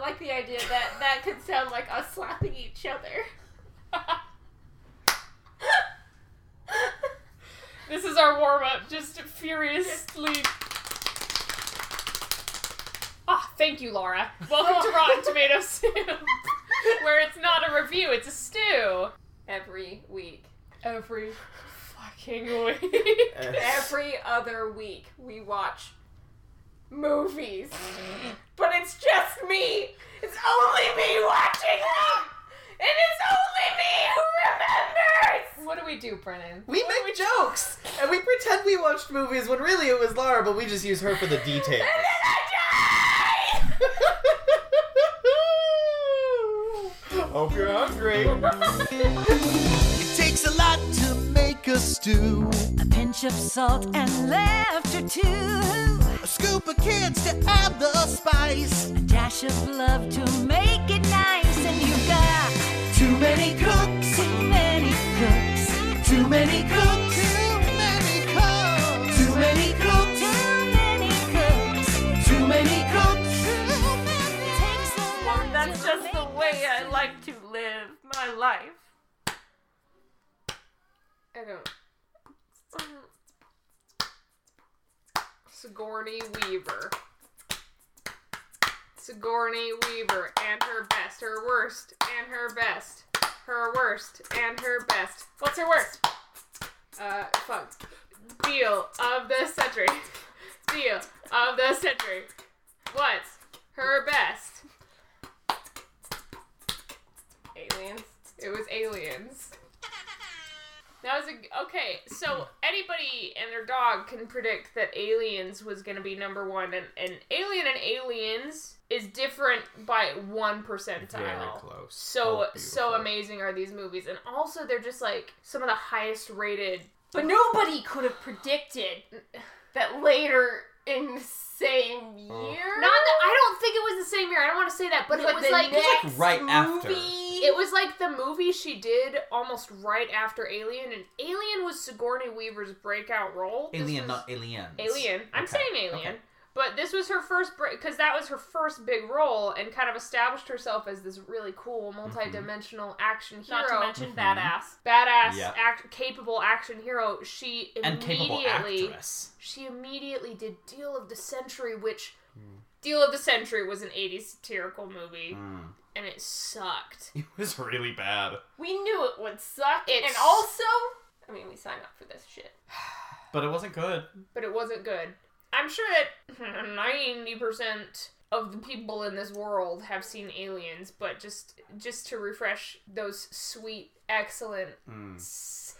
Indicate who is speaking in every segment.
Speaker 1: like the idea that that could sound like us slapping each other.
Speaker 2: This is our warm up, just furiously. Ah, thank you, Laura. Welcome to Rotten Tomato Soup, where it's not a review, it's a stew.
Speaker 1: Every week.
Speaker 2: Every fucking week.
Speaker 1: Every other week, we watch movies. but it's just me! It's only me watching them! And it's only me who remembers!
Speaker 2: What do we do, Brennan?
Speaker 3: We
Speaker 2: What do
Speaker 3: make jokes and we pretend we watched movies when really it was Lara, but we just use her for the details. Hope Oh, you're hungry.
Speaker 4: It takes a lot to make a stew.
Speaker 5: A pinch of salt and laughter too.
Speaker 4: A scoop of kids to add the spice.
Speaker 5: A dash of love to make it nice. And you've got
Speaker 4: Too many cooks,
Speaker 5: too many cooks.
Speaker 4: too many cooks, too many cooks, too many cooks,
Speaker 5: Too many cooks.
Speaker 4: too many cooks.
Speaker 5: Takes a lot
Speaker 1: That's
Speaker 5: to
Speaker 1: just the
Speaker 5: make
Speaker 1: way
Speaker 5: a
Speaker 1: I like to live my life. I don't. Sigourney Weaver. Sigourney Weaver and her best, her worst, and her best, her worst, and her best. What's her worst? Uh, fuck. Deal of the century. Deal of the century. What's her best? Aliens. It was aliens. That was a okay. So anybody and their dog can predict that aliens was gonna be number one, and, and Alien and Aliens is different by one percentile.
Speaker 3: Very close.
Speaker 1: So
Speaker 3: Oh,
Speaker 1: so
Speaker 3: beautiful.
Speaker 1: amazing are these movies, and also they're just like some of the highest rated. But nobody could have predicted that later in the same year.
Speaker 3: Oh.
Speaker 1: Not that, I don't think it was the same year. I don't want to say that, but, it was like
Speaker 3: like right after.
Speaker 1: it was like the movie she did almost right after Alien, and Alien was Sigourney Weaver's breakout role. This
Speaker 3: Alien,
Speaker 1: was-
Speaker 3: not aliens.
Speaker 1: Alien. I'm
Speaker 3: Okay,
Speaker 1: saying Alien.
Speaker 3: okay.
Speaker 1: But this was her first break because that was her first big role and kind of established herself as this really cool
Speaker 3: Mm-hmm.
Speaker 1: multi-dimensional action hero,
Speaker 2: Not to mention badass.
Speaker 1: badass,
Speaker 3: Yeah.
Speaker 1: act, capable action hero. She
Speaker 3: And capable
Speaker 1: immediately
Speaker 3: actress.
Speaker 1: she immediately did Deal of the Century, which Deal of the Century was an '80s satirical movie,
Speaker 3: Mm.
Speaker 1: and it sucked.
Speaker 3: It was really bad,
Speaker 6: We knew it would suck.
Speaker 1: It's-
Speaker 6: And also, I mean, we signed up for this shit.
Speaker 3: but it wasn't good.
Speaker 1: but it wasn't good. I'm sure that 90% of the people in this world have seen aliens, but just just to refresh those sweet, excellent,
Speaker 3: Hmm,
Speaker 1: s-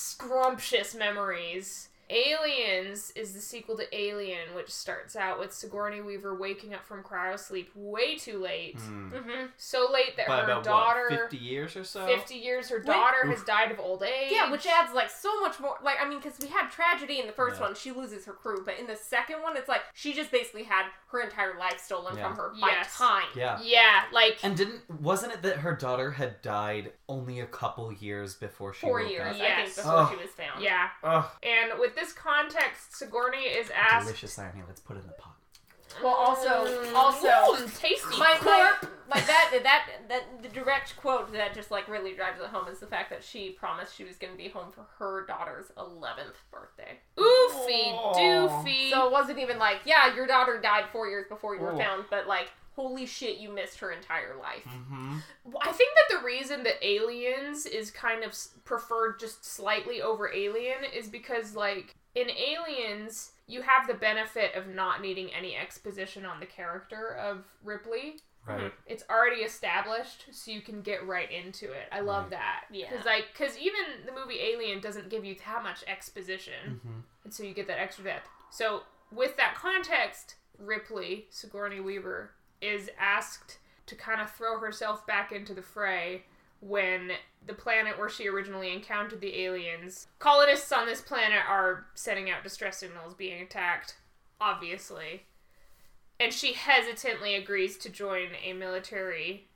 Speaker 1: scrumptious memories. Aliens is the sequel to Alien, which starts out with Sigourney Weaver waking up from cryo sleep way too late.
Speaker 7: Hmm.
Speaker 3: Mm.
Speaker 1: So late that
Speaker 3: By
Speaker 1: her
Speaker 3: about
Speaker 1: daughter,
Speaker 3: what, 50 years or so.
Speaker 1: 50 years, her daughter has died of old age.
Speaker 6: Yeah, which adds like so much more. Like, I mean, because we had tragedy in the first
Speaker 3: Yeah.
Speaker 6: one, she loses her crew, but in the second one, it's like she just basically had her entire life stolen
Speaker 3: Yeah.
Speaker 6: from her by
Speaker 1: Yes.
Speaker 6: time.
Speaker 3: Yeah.
Speaker 1: Yeah, like.
Speaker 3: And didn't wasn't it that her daughter had died only a couple years before she
Speaker 6: Four
Speaker 3: woke
Speaker 6: years,
Speaker 3: Up?
Speaker 6: I think,
Speaker 1: Yes.
Speaker 6: before
Speaker 3: Oh.
Speaker 6: she was found.
Speaker 1: yeah,
Speaker 3: Ugh,
Speaker 1: And with this context, Sigourney is asked. Mm,
Speaker 3: delicious irony. Let's put it in the pot.
Speaker 6: Well, also, also,
Speaker 1: Ooh, tasty.
Speaker 6: my, my like that that that the direct quote that just like really drives it home is the fact that she promised she was going to be home for her daughter's 11th birthday.
Speaker 1: oofy doofy.
Speaker 6: So it wasn't even like, yeah, your daughter died 4 years before you were
Speaker 3: Oh.
Speaker 6: found, but like holy shit, you missed her entire life.
Speaker 3: Mm-hmm.
Speaker 1: I think that the reason that aliens is kind of s- preferred just slightly over alien is because, like, in aliens, you have the benefit of not needing any exposition on the character of Ripley.
Speaker 7: Mm-hmm.
Speaker 3: Right.
Speaker 1: It's already established, so you can get right into it. I love
Speaker 3: Right.
Speaker 1: that.
Speaker 6: Yeah.
Speaker 1: Because, like, because even the movie Alien doesn't give you that much exposition.
Speaker 3: Mm-hmm.
Speaker 1: And so you get that extra depth. So, with that context, Ripley, Sigourney Weaver, is asked to kind of throw herself back into the fray when the planet where she originally encountered the aliens. Colonists on this planet are sending out distress signals, being attacked, obviously. And she hesitantly agrees to join a military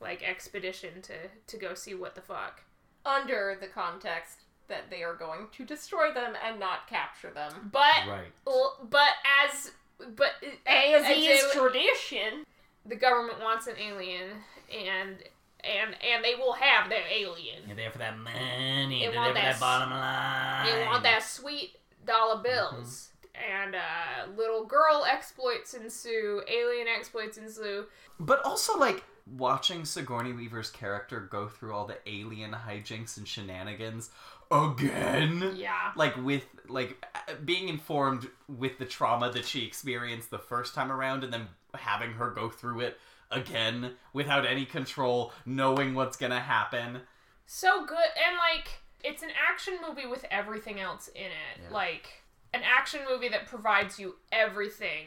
Speaker 1: like expedition to to go see what the fuck.
Speaker 6: Under the context that they are going to destroy them and not capture them.
Speaker 1: But
Speaker 3: Right.
Speaker 1: l- but as but as,
Speaker 6: As
Speaker 1: it-
Speaker 6: is tradition.
Speaker 1: the government wants an alien, and and and they will have their alien.
Speaker 7: You're there for that money.
Speaker 1: They
Speaker 7: You're there
Speaker 1: want
Speaker 7: for
Speaker 1: that
Speaker 7: that
Speaker 1: s-
Speaker 7: bottom line.
Speaker 1: They want that sweet
Speaker 3: Mm-hmm.
Speaker 1: dollar bills. And uh, little girl exploits ensue, alien exploits ensue.
Speaker 3: But also, like, watching Sigourney Weaver's character go through all the alien hijinks and shenanigans again.
Speaker 1: Yeah.
Speaker 3: Like, with, like, uh, being informed with the trauma that she experienced the first time around and then having her go through it again without any control, knowing what's gonna happen.
Speaker 1: So good. And like, it's an action movie with everything else in it.
Speaker 3: Yeah.
Speaker 1: Like, an action movie that provides you everything.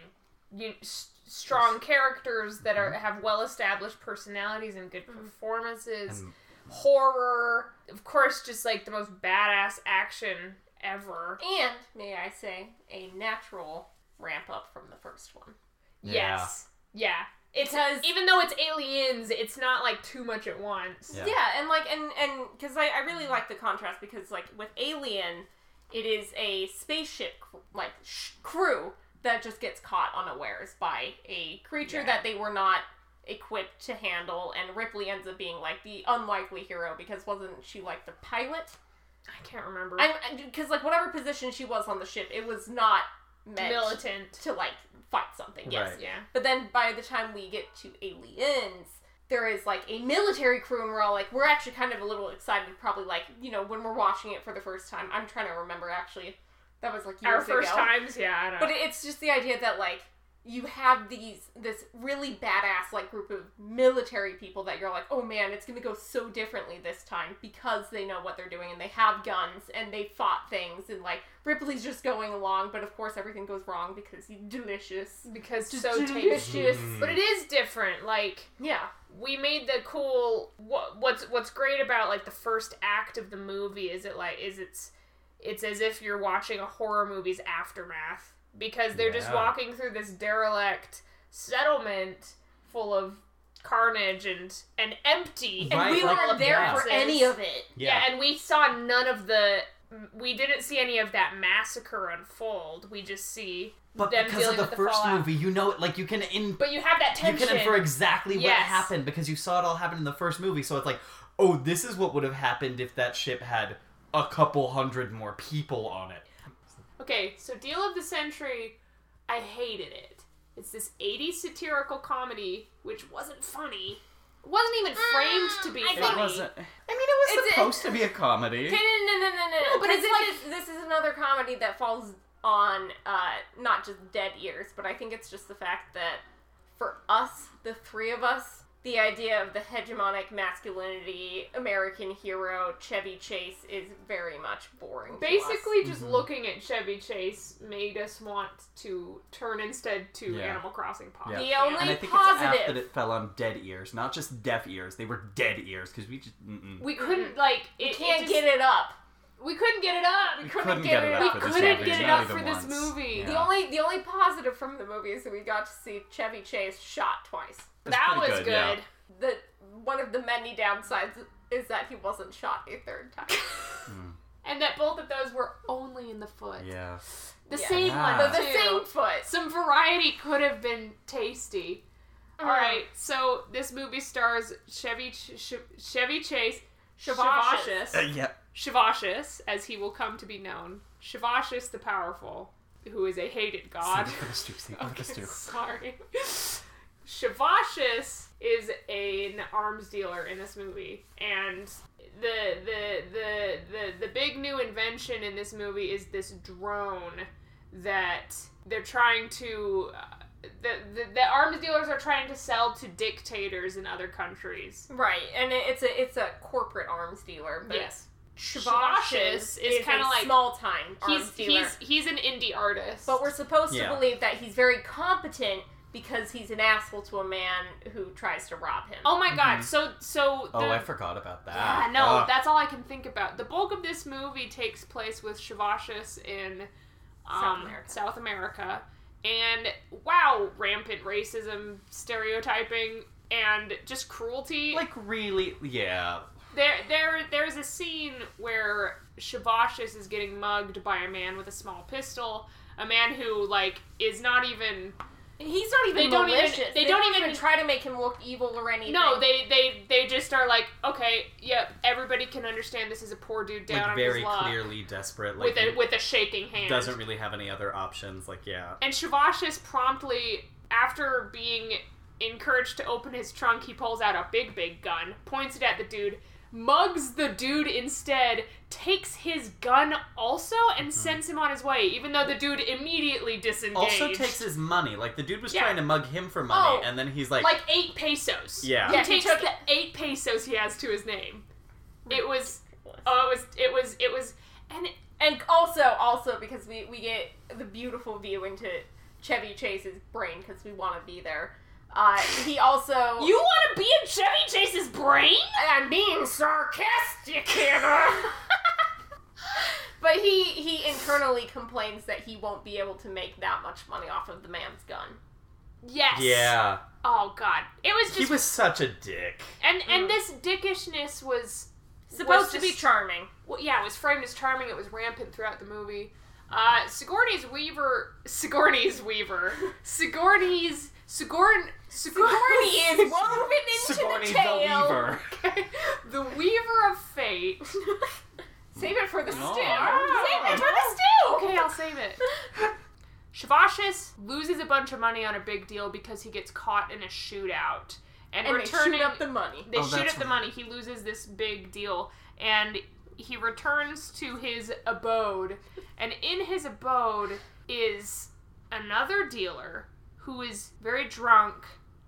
Speaker 1: You, s- strong characters that
Speaker 3: Mm-hmm.
Speaker 1: are have well established personalities and good performances.
Speaker 3: And-
Speaker 1: horror. Of course, just like the most badass action ever.
Speaker 6: And may I say, a natural ramp up from the first one.
Speaker 3: Yeah.
Speaker 1: Yes. Yeah. It's
Speaker 6: Because-
Speaker 1: even though it's aliens, it's not like too much at once.
Speaker 3: Yeah.
Speaker 6: Yeah, and like and and because I, I really like the contrast because like with Alien, it is a spaceship like sh- crew that just gets caught unawares by a creature that they were not equipped to handle, and Ripley ends up being like the unlikely hero because wasn't she like the pilot?
Speaker 1: I can't remember.
Speaker 6: I because like whatever position she was on the ship, it was not meant
Speaker 1: militant.
Speaker 6: to like fight something. Yes.
Speaker 3: Right.
Speaker 1: Yeah.
Speaker 6: But then by the time we get to aliens, there is like a military crew, and we're all like, we're actually kind of a little excited, probably like, you know, when we're watching it for the first time. I'm trying to remember actually. That was like years
Speaker 1: Our first
Speaker 6: ago.
Speaker 1: times, yeah, I don't
Speaker 6: But it's just the idea that like you have these this really badass like group of military people that you're like, oh man, it's gonna go so differently this time because they know what they're doing and they have guns and they fought things and like Ripley's just going along, but of course everything goes wrong because he's delicious.
Speaker 1: because
Speaker 6: Just
Speaker 1: so tasty.
Speaker 6: delicious.
Speaker 1: But it is different. Like
Speaker 6: Yeah.
Speaker 1: we made the cool what, what's what's great about like the first act of the movie is it like is it's it's as if you're watching a horror movie's aftermath because they're just
Speaker 7: Yeah.
Speaker 1: walking through this derelict settlement full of carnage and and empty
Speaker 7: Right,
Speaker 6: we
Speaker 7: like-
Speaker 6: weren't there
Speaker 7: yeah.
Speaker 6: for any of it.
Speaker 1: yeah. and we saw none of the we didn't see any of that massacre unfold we just see
Speaker 7: But
Speaker 1: them
Speaker 7: because of
Speaker 1: dealing
Speaker 7: the
Speaker 1: with the
Speaker 7: first
Speaker 1: fallout.
Speaker 7: movie, you know it. Like you can in
Speaker 1: but you have that
Speaker 7: you
Speaker 1: tension
Speaker 7: can infer exactly what
Speaker 1: Yes.
Speaker 7: happened because you saw it all happen in the first movie. So it's like, oh, this is what would have happened if that ship had a couple hundred more people on it.
Speaker 1: Okay, so Deal of the Century, I hated it. It's this 80s satirical comedy, which wasn't funny. It wasn't even framed to be
Speaker 6: Mm, I
Speaker 1: funny.
Speaker 6: think-
Speaker 3: It wasn't. I mean, it was
Speaker 6: It's-
Speaker 3: supposed to be a comedy.
Speaker 6: No, no, no, no, no.
Speaker 1: No, but
Speaker 6: But
Speaker 1: it's
Speaker 6: this, this is another comedy that falls on uh, not just dead ears, but I think it's just the fact that for us, the three of us, the idea of the hegemonic masculinity, American hero, Chevy Chase is very much boring. to us.
Speaker 1: Basically, just
Speaker 3: Mm-hmm.
Speaker 1: looking at Chevy Chase made us want to turn instead to
Speaker 3: Yeah.
Speaker 1: Animal Crossing Pop.
Speaker 3: Yeah.
Speaker 6: the only
Speaker 3: And I think it's apt
Speaker 6: positive.
Speaker 3: that it fell on dead ears, not just deaf ears. They were dead ears because we just mm-mm.
Speaker 1: We couldn't, like, it,
Speaker 6: you Mm. can't
Speaker 1: it just-
Speaker 6: get it up.
Speaker 1: We couldn't get it up. We couldn't, get, it
Speaker 3: up
Speaker 1: We
Speaker 3: for this
Speaker 1: couldn't
Speaker 3: movie,
Speaker 1: get it
Speaker 3: not
Speaker 1: up for
Speaker 3: even
Speaker 1: this
Speaker 3: once.
Speaker 1: movie.
Speaker 3: Yeah.
Speaker 6: The only the only positive from the movie is that we got to see Chevy Chase shot twice.
Speaker 3: That's
Speaker 1: That was
Speaker 3: pretty
Speaker 1: good.
Speaker 3: good, yeah.
Speaker 6: The one of the many downsides is that he wasn't shot a third time.
Speaker 1: And that both of those were only in the foot.
Speaker 3: yeah.
Speaker 1: The
Speaker 6: Yeah.
Speaker 1: same
Speaker 3: Yeah.
Speaker 1: one,
Speaker 6: the
Speaker 1: too.
Speaker 6: same foot.
Speaker 1: Some variety could have been tasty. All right, so this movie stars Chevy Ch- Ch- Chevy Chase,
Speaker 6: Shavashes.
Speaker 1: Shavashis,
Speaker 3: Uh, yeah.
Speaker 1: Shavashis, as he will come to be known, Shavashis the Powerful, who is a hated god.
Speaker 3: Save it for the stew. Save it for the stew.
Speaker 1: Sorry, Shavashis is an arms dealer in this movie, and the the the the the big new invention in this movie is this drone that they're trying to uh, the, the the arms dealers are trying to sell to dictators in other countries.
Speaker 6: Right, and it, it's a it's a corporate arms dealer. But
Speaker 1: Yes.
Speaker 6: Shavashes
Speaker 1: Shavashes
Speaker 6: is, kind
Speaker 1: is kinda
Speaker 6: of
Speaker 1: like-
Speaker 6: like small time arms
Speaker 1: He's
Speaker 6: dealer.
Speaker 1: he's he's an indie artist.
Speaker 6: but we're supposed
Speaker 3: Yeah.
Speaker 6: to believe that he's very competent because he's an asshole to a man who tries to rob him.
Speaker 1: Oh my god. So so the
Speaker 3: Mm-hmm. Oh, I forgot about that. Uh,
Speaker 1: Ah, no,
Speaker 3: Ugh.
Speaker 1: that's all I can think about. The bulk of this movie takes place with Shavashis in um,
Speaker 6: South America.
Speaker 1: South America. And wow, rampant racism, stereotyping, and just cruelty.
Speaker 3: like really, yeah.
Speaker 1: there, there, there's a scene where Shavashis is getting mugged by a man with a small pistol. A man who like is not even
Speaker 6: He's not even
Speaker 1: They don't even-
Speaker 6: malicious.
Speaker 1: they don't even-
Speaker 6: try to make him look evil or anything.
Speaker 1: No, they they they just are like, okay, yep, everybody can understand this is a poor dude down
Speaker 7: like
Speaker 1: on
Speaker 7: very
Speaker 1: his luck
Speaker 7: clearly desperate. Like
Speaker 1: with a
Speaker 7: he
Speaker 1: with a shaking hand.
Speaker 7: doesn't really have any other options. Like yeah,
Speaker 1: And Shavash is promptly after being encouraged to open his trunk, he pulls out a big big gun, points it at the dude. Mugs the dude instead, takes his gun also,
Speaker 7: Hmm.
Speaker 1: and sends him on his way, even though the dude immediately disengaged.
Speaker 7: also takes his money. Like the dude was
Speaker 1: Yeah.
Speaker 7: trying to mug him for money,
Speaker 6: Oh,
Speaker 7: and then he's like,
Speaker 1: like eight pesos.
Speaker 7: Yeah.
Speaker 1: he
Speaker 6: Yeah, he
Speaker 1: takes
Speaker 6: took
Speaker 1: the eight pesos he has to his name. It was, oh, it was, it was, it was, and
Speaker 6: And also, also because we we get the beautiful view into Chevy Chase's brain because we want to be there. Uh, he also
Speaker 1: you want to be in Chevy Chase's brain?
Speaker 6: I'm being sarcastic, Hannah. but he he internally complains that he won't be able to make that much money off of the man's gun.
Speaker 1: Yes.
Speaker 7: yeah,
Speaker 1: Oh God, it was
Speaker 7: he
Speaker 1: just,
Speaker 7: was such a dick.
Speaker 1: and
Speaker 6: Mm.
Speaker 1: and this dickishness was
Speaker 6: Supposed
Speaker 1: was
Speaker 6: to be
Speaker 1: just-
Speaker 6: charming.
Speaker 1: well, yeah, it was framed as charming. It was rampant throughout the movie. Uh, Sigourney's Weaver, Sigourney's Weaver, Sigourney's Sigourn
Speaker 6: Sigourney
Speaker 1: Sigourney
Speaker 6: is woven into
Speaker 7: Sigourney
Speaker 6: the
Speaker 7: the
Speaker 6: tale.
Speaker 7: Weaver.
Speaker 1: the Weaver of Fate.
Speaker 6: Save it for the
Speaker 7: No.
Speaker 6: stew.
Speaker 3: Ah.
Speaker 7: No.
Speaker 6: Save it for the stew.
Speaker 1: Okay, I'll save it. Shavashis loses a bunch of money on a big deal because he gets caught in a shootout.
Speaker 6: And
Speaker 1: And,
Speaker 6: they
Speaker 1: returning,
Speaker 6: shoot up the money.
Speaker 1: they
Speaker 7: Oh,
Speaker 1: shoot
Speaker 7: that's
Speaker 1: up the money. He loses this big deal. And he returns to his abode. And in his abode is another dealer who is very drunk,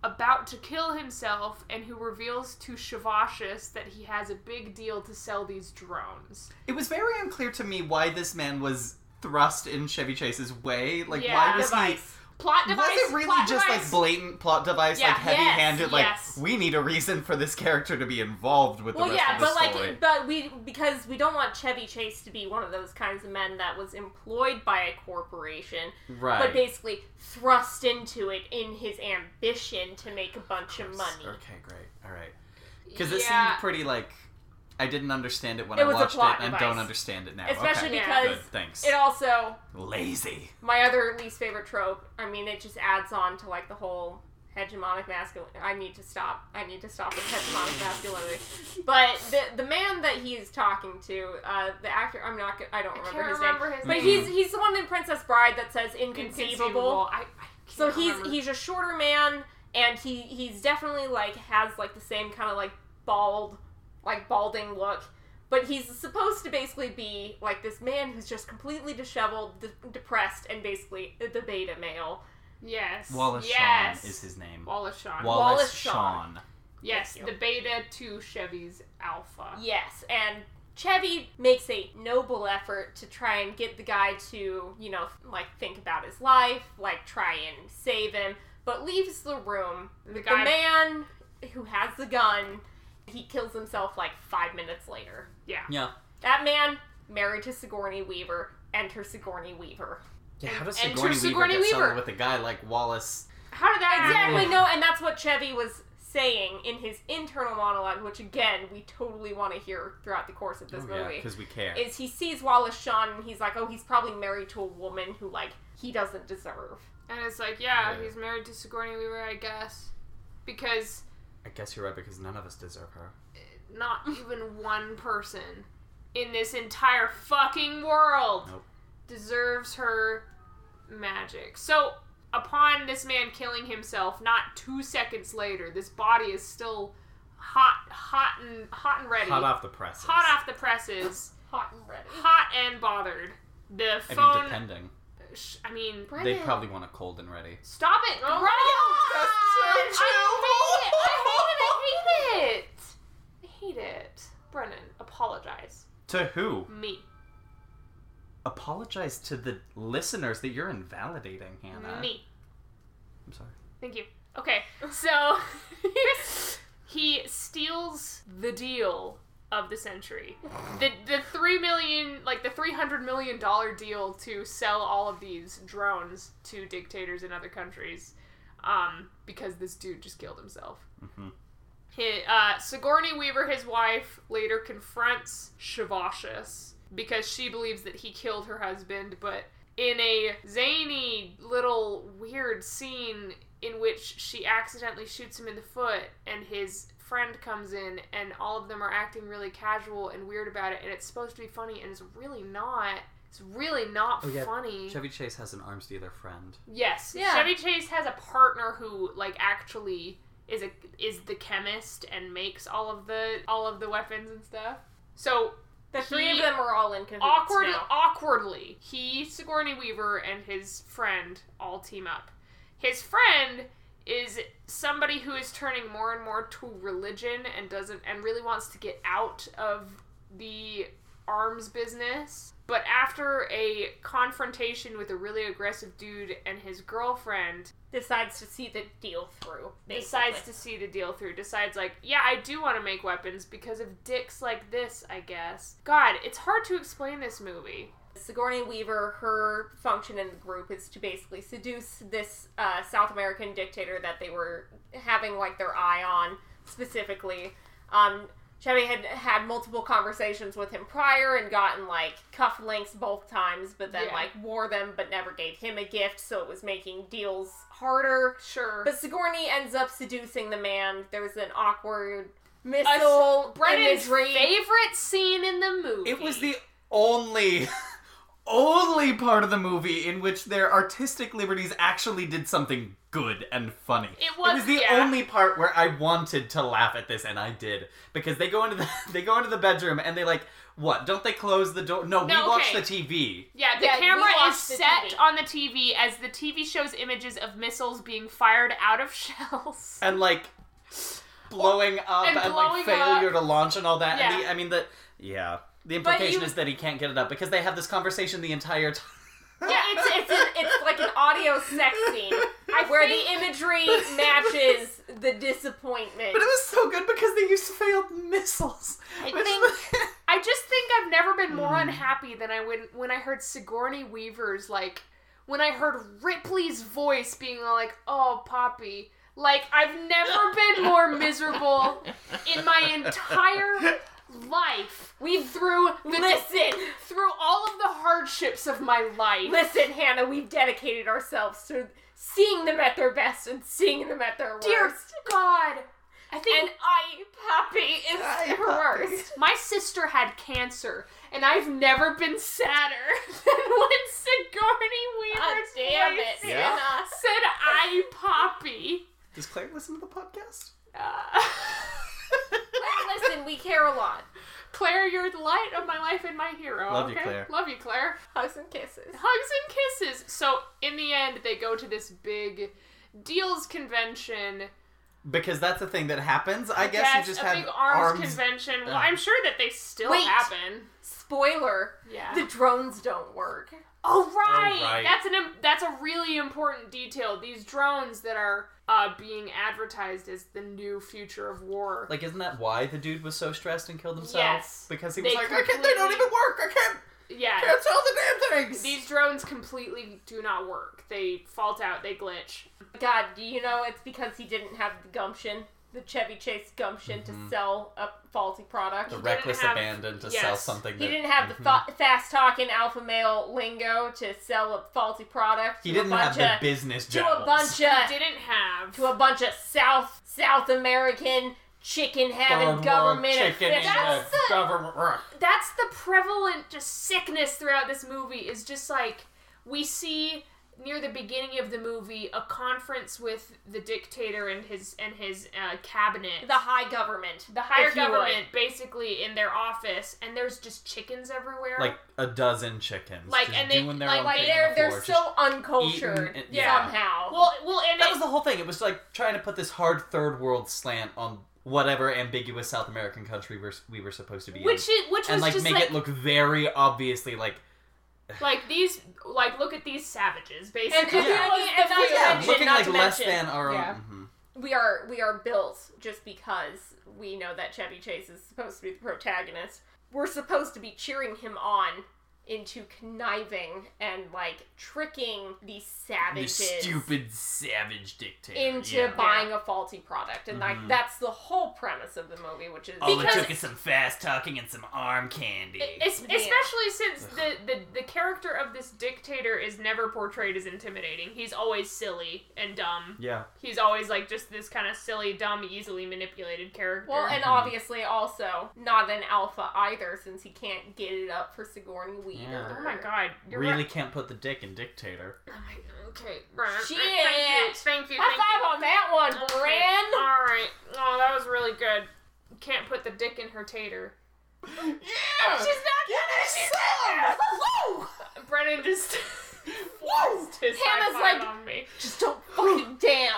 Speaker 1: about to kill himself, and who reveals to Shavashis that he has a big deal to sell these drones.
Speaker 3: It was very unclear to me why this man was thrust in Chevy Chase's way. Like,
Speaker 1: Yeah.
Speaker 3: why was
Speaker 6: Device.
Speaker 1: Plot
Speaker 3: he?
Speaker 1: device.
Speaker 3: was it really
Speaker 1: plot
Speaker 3: just
Speaker 1: device.
Speaker 3: like blatant plot device,
Speaker 1: Yeah.
Speaker 3: like heavy-handed?
Speaker 1: Yes.
Speaker 3: Like, we need a reason for this character to be involved with
Speaker 6: Well,
Speaker 3: the rest
Speaker 6: yeah,
Speaker 3: of the
Speaker 6: but like,
Speaker 3: story.
Speaker 6: but we because we don't want Chevy Chase to be one of those kinds of men that was employed by a corporation,
Speaker 7: Right.
Speaker 6: but basically thrust into it in his ambition to make a bunch of money.
Speaker 3: Okay, great. All right. Because it
Speaker 1: Yeah.
Speaker 3: seemed pretty like I didn't understand it when
Speaker 6: It
Speaker 3: I
Speaker 6: was a
Speaker 3: watched it,
Speaker 6: plot
Speaker 3: and I
Speaker 6: device.
Speaker 3: don't understand it now.
Speaker 6: Especially
Speaker 3: okay.
Speaker 1: Yeah.
Speaker 6: because
Speaker 3: Good, thanks.
Speaker 6: it also
Speaker 3: Lazy.
Speaker 6: my other least favorite trope. I mean, it just adds on to like the whole hegemonic masculine. I need to stop. I need to stop with hegemonic masculinity. But the the man that he is talking to, uh, the actor, I'm not. go- I don't remember
Speaker 1: can't
Speaker 6: his
Speaker 1: remember
Speaker 6: name.
Speaker 1: his
Speaker 6: but
Speaker 1: name.
Speaker 6: he's he's the one in Princess Bride that says inconceivable.
Speaker 1: inconceivable. I, I
Speaker 6: So
Speaker 1: can't
Speaker 6: he's
Speaker 1: remember.
Speaker 6: he's a shorter man, and he he's definitely like has like the same kind of like bald, like balding look. But he's supposed to basically be like this man who's just completely disheveled, de- depressed, and basically the beta male.
Speaker 1: yes
Speaker 3: Wallace
Speaker 1: yes.
Speaker 3: Shawn is his name.
Speaker 1: Wallace Shawn.
Speaker 3: Wallace,
Speaker 6: Wallace
Speaker 3: Shawn.
Speaker 6: Shawn.
Speaker 1: yes,
Speaker 6: Thank
Speaker 1: the beta to Chevy's alpha.
Speaker 6: Yes, and Chevy makes a noble effort to try and get the guy to you know like think about his life, like try and save him, but leaves the room
Speaker 1: The
Speaker 6: The
Speaker 1: guy
Speaker 6: man who has the gun, he kills himself like five minutes later.
Speaker 1: yeah.
Speaker 7: Yeah.
Speaker 6: That man, married to Sigourney Weaver, enter Sigourney Weaver.
Speaker 7: Yeah, how does
Speaker 1: And
Speaker 7: Sigourney,
Speaker 1: true Sigourney
Speaker 7: Weaver get
Speaker 1: Weaver.
Speaker 7: someone with a guy like Wallace?
Speaker 1: How did that
Speaker 6: Exactly, no, and that's what Chevy was saying in his internal monologue, which again, we totally want to hear throughout the course of this
Speaker 3: Oh,
Speaker 7: Oh, yeah,
Speaker 6: movie.
Speaker 7: because we care.
Speaker 6: Is he sees Wallace Shawn and he's like, oh, he's probably married to a woman who, like, he doesn't deserve.
Speaker 1: And it's like, yeah,
Speaker 7: Yeah.
Speaker 1: he's married to Sigourney Weaver, I guess, because
Speaker 7: I guess you're right because none of us deserve her.
Speaker 1: not even one person in this entire fucking world
Speaker 7: Nope.
Speaker 1: deserves her magic. So, upon this man killing himself, not two seconds later, this body is still hot, hot and hot and ready,
Speaker 7: Hot off the presses.
Speaker 1: hot off the presses,
Speaker 6: Hot and ready.
Speaker 1: hot and bothered. The
Speaker 7: I
Speaker 1: phone.
Speaker 7: mean, depending.
Speaker 1: Sh- I mean,
Speaker 7: They probably want it cold and ready.
Speaker 1: stop it,
Speaker 6: Oh
Speaker 1: Ryan! I hate it. I hate it. I hate it. Brennan, apologize.
Speaker 7: To who?
Speaker 1: Me.
Speaker 7: Apologize to the listeners that you're invalidating, Hannah.
Speaker 1: Me.
Speaker 7: I'm sorry.
Speaker 1: Thank you. Okay, so he steals the deal of the century. The the three million like the three hundred million dollar deal to sell all of these drones to dictators in other countries. Um, because this dude just killed himself. Hi- uh, Sigourney Weaver, his wife, later confronts Shavashis because she believes that he killed her husband, but in a zany little weird scene in which she accidentally shoots him in the foot and his friend comes in and all of them are acting really casual and weird about it and it's supposed to be funny and it's really not it's really not
Speaker 7: yeah.
Speaker 1: funny
Speaker 7: Chevy Chase has an arms dealer friend.
Speaker 1: yes
Speaker 6: Yeah.
Speaker 1: chevy chase has a partner who like actually is a is the chemist and makes all of the all of the weapons and stuff so
Speaker 6: The three
Speaker 1: He-
Speaker 6: of them are all in cahoots
Speaker 1: awkwardly,
Speaker 6: now.
Speaker 1: awkwardly, he, Sigourney Weaver, and his friend all team up. His friend is somebody who is turning more and more to religion and doesn't and really wants to get out of the arms business. But after a confrontation with a really aggressive dude and his girlfriend,
Speaker 6: Decides to see the deal through.
Speaker 1: decides
Speaker 6: basically.
Speaker 1: to see the deal through. Decides like, yeah, I do want to make weapons because of dicks like this, I guess. God, it's hard to explain this movie.
Speaker 6: Sigourney Weaver, her function in the group is to basically seduce this uh, South American dictator that they were having like their eye on specifically. Um, Chevy had had multiple conversations with him prior and gotten like cufflinks both times, but then
Speaker 1: Yeah.
Speaker 6: like wore them but never gave him a gift, so it was making deals harder.
Speaker 1: Sure.
Speaker 6: But Sigourney ends up seducing the man. There's an awkward
Speaker 1: Us-
Speaker 6: missile
Speaker 1: Brennan's
Speaker 6: imagery.
Speaker 1: favorite scene in the movie.
Speaker 7: It was the only, only part of the movie in which their artistic liberties actually did something good and funny.
Speaker 1: It was-
Speaker 7: the
Speaker 1: yeah.
Speaker 7: only part where I wanted to laugh at this, and I did because they go into the they go into the bedroom and they like what? Don't they close the door? No,
Speaker 1: No,
Speaker 7: we watch
Speaker 1: okay.
Speaker 7: the TV.
Speaker 1: yeah. The
Speaker 6: Yeah, we
Speaker 1: camera is
Speaker 6: watched the
Speaker 1: set
Speaker 6: TV.
Speaker 1: on the TV as the TV shows images of missiles being fired out of shells.
Speaker 7: and like blowing up
Speaker 1: and
Speaker 7: and,
Speaker 1: blowing
Speaker 7: like failure
Speaker 1: up.
Speaker 7: to launch and all that. And
Speaker 1: Yeah.
Speaker 7: the, I mean the yeah. The implication
Speaker 6: you-
Speaker 7: is that he can't get it up because they have this conversation the entire time.
Speaker 6: Yeah, it's it's an, it's like an audio sex scene where the imagery matches the disappointment.
Speaker 7: But it was so good because they used failed missiles.
Speaker 1: I
Speaker 7: Which-
Speaker 1: think- I just think I've never been more
Speaker 7: Hmm.
Speaker 1: unhappy than I when when I heard Sigourney Weaver's like when I heard Ripley's voice being all like, "Oh, Poppy." Like I've never been more miserable in my entire life.
Speaker 6: we through listen,
Speaker 1: Through all of the hardships of my life.
Speaker 6: listen, Hannah. We've dedicated ourselves to seeing them at their best and seeing them at their worst.
Speaker 1: Dear God. I think
Speaker 6: and I, Poppy, is her worst.
Speaker 1: My sister had cancer, and I've never been sadder than when Sigourney
Speaker 6: God
Speaker 1: Weaver's
Speaker 6: damn
Speaker 1: voice
Speaker 6: it,
Speaker 7: Yeah.
Speaker 6: Hannah.
Speaker 1: said "I Poppy."
Speaker 7: Does Claire listen to the podcast?
Speaker 1: Uh,
Speaker 6: But listen, we care a lot.
Speaker 1: Claire, you're the light of my life and my hero.
Speaker 7: Love you,
Speaker 1: okay?
Speaker 7: Claire.
Speaker 1: Love you, Claire.
Speaker 6: Hugs and kisses.
Speaker 1: Hugs and kisses. So in the end, they go to this big deals convention.
Speaker 7: Because that's a thing that happens. I guess
Speaker 1: Yes,
Speaker 7: you just
Speaker 1: a
Speaker 7: have
Speaker 1: big arms, convention. Well, I'm sure that they still
Speaker 6: Wait.
Speaker 1: happen.
Speaker 6: Spoiler:
Speaker 1: Yeah.
Speaker 6: the drones don't work.
Speaker 1: Oh right.
Speaker 7: Oh, right.
Speaker 1: That's an im- that's a really important detail. These drones that are uh, being advertised as the new future of war.
Speaker 7: Like, isn't that why the dude was so stressed and killed himself?
Speaker 1: Yes.
Speaker 7: Because he
Speaker 1: They
Speaker 7: was like, I can't, they don't
Speaker 1: completely-
Speaker 7: even work. I can't,
Speaker 1: yeah,
Speaker 7: can't sell the damn things.
Speaker 1: these drones completely do not work. They fault out. They glitch.
Speaker 6: God, do you know it's because he didn't have the gumption, the Chevy Chase gumption to sell a faulty product.
Speaker 7: Mm-hmm. the reckless
Speaker 1: have-
Speaker 7: abandon to
Speaker 1: yes.
Speaker 7: sell something that Mm-hmm. Mhm.
Speaker 6: He didn't have the fa- fast talking alpha male lingo to sell a faulty product.
Speaker 7: He
Speaker 6: to a
Speaker 7: didn't have
Speaker 6: bunch
Speaker 7: the
Speaker 6: of-
Speaker 7: business
Speaker 6: to
Speaker 7: jobs.
Speaker 6: a bunch of
Speaker 1: Didn't have.
Speaker 6: to a bunch of South South American chicken having government officials.
Speaker 1: That's the-
Speaker 7: government.
Speaker 1: that's the prevalent just sickness throughout this movie is just like we see near the beginning of the movie a conference with the dictator and his and his uh, cabinet
Speaker 6: The high government.
Speaker 1: the higher
Speaker 6: if you would.
Speaker 1: government basically in their office and there's just chickens everywhere
Speaker 7: Like a dozen chickens.
Speaker 1: Like,
Speaker 7: just
Speaker 1: and they-
Speaker 7: doing their
Speaker 1: like,
Speaker 7: own
Speaker 1: like,
Speaker 7: thing on
Speaker 6: They're
Speaker 7: the
Speaker 6: they're
Speaker 7: floor,
Speaker 6: so
Speaker 7: just-
Speaker 6: uncultured
Speaker 7: eaten- yeah.
Speaker 6: somehow.
Speaker 1: well well and
Speaker 7: That
Speaker 1: it-
Speaker 7: was the whole thing. It was like trying to put this hard third world slant on whatever ambiguous South American country we're, we were supposed to be
Speaker 1: which
Speaker 7: in.
Speaker 1: it, which was
Speaker 7: and like
Speaker 1: just
Speaker 7: make
Speaker 1: like
Speaker 7: it look very obviously like
Speaker 1: like these like look at these savages basically
Speaker 6: and, just
Speaker 7: Yeah.
Speaker 6: not to
Speaker 1: And not to
Speaker 7: yeah,
Speaker 6: mention-
Speaker 7: looking
Speaker 6: not
Speaker 7: like
Speaker 6: to
Speaker 7: less
Speaker 6: mention-
Speaker 7: than our
Speaker 1: Yeah.
Speaker 7: own. mhm.
Speaker 6: we are we are built just because we know that Chevy Chase is supposed to be the protagonist. We're supposed to be cheering him on into conniving and like tricking these
Speaker 3: The
Speaker 6: savages
Speaker 3: stupid savage dictator.
Speaker 6: into
Speaker 3: yeah. Mm-hmm.
Speaker 6: buying a faulty product, and like that's the whole premise of the movie, which is
Speaker 7: Oh,
Speaker 3: All it
Speaker 1: because-
Speaker 3: took is some fast talking and some arm candy.
Speaker 1: Es- especially since the, the, the character of this dictator is never portrayed as intimidating. He's always silly and dumb.
Speaker 3: yeah.
Speaker 1: He's always like just this kind of silly, dumb, easily manipulated character.
Speaker 6: Well,
Speaker 3: Mm-hmm.
Speaker 6: and obviously also not an alpha either, since he can't get it up for Sigourney Weaver.
Speaker 3: Yeah.
Speaker 1: oh my god, you're
Speaker 3: Really
Speaker 1: right.
Speaker 3: can't put the dick in dictator.
Speaker 1: Oh my- Okay, Brent.
Speaker 6: Shit.
Speaker 1: Thank you. Thank you.
Speaker 6: High
Speaker 1: Thank you.
Speaker 6: five on that one, Bran.
Speaker 1: All right. Oh, that was really good. Can't put the dick in her tater.
Speaker 6: She's not gonna. She's Woo!
Speaker 1: Brennan just forced his
Speaker 6: Hannah's
Speaker 1: high five
Speaker 6: like-
Speaker 1: on me.
Speaker 6: Just don't fucking dance.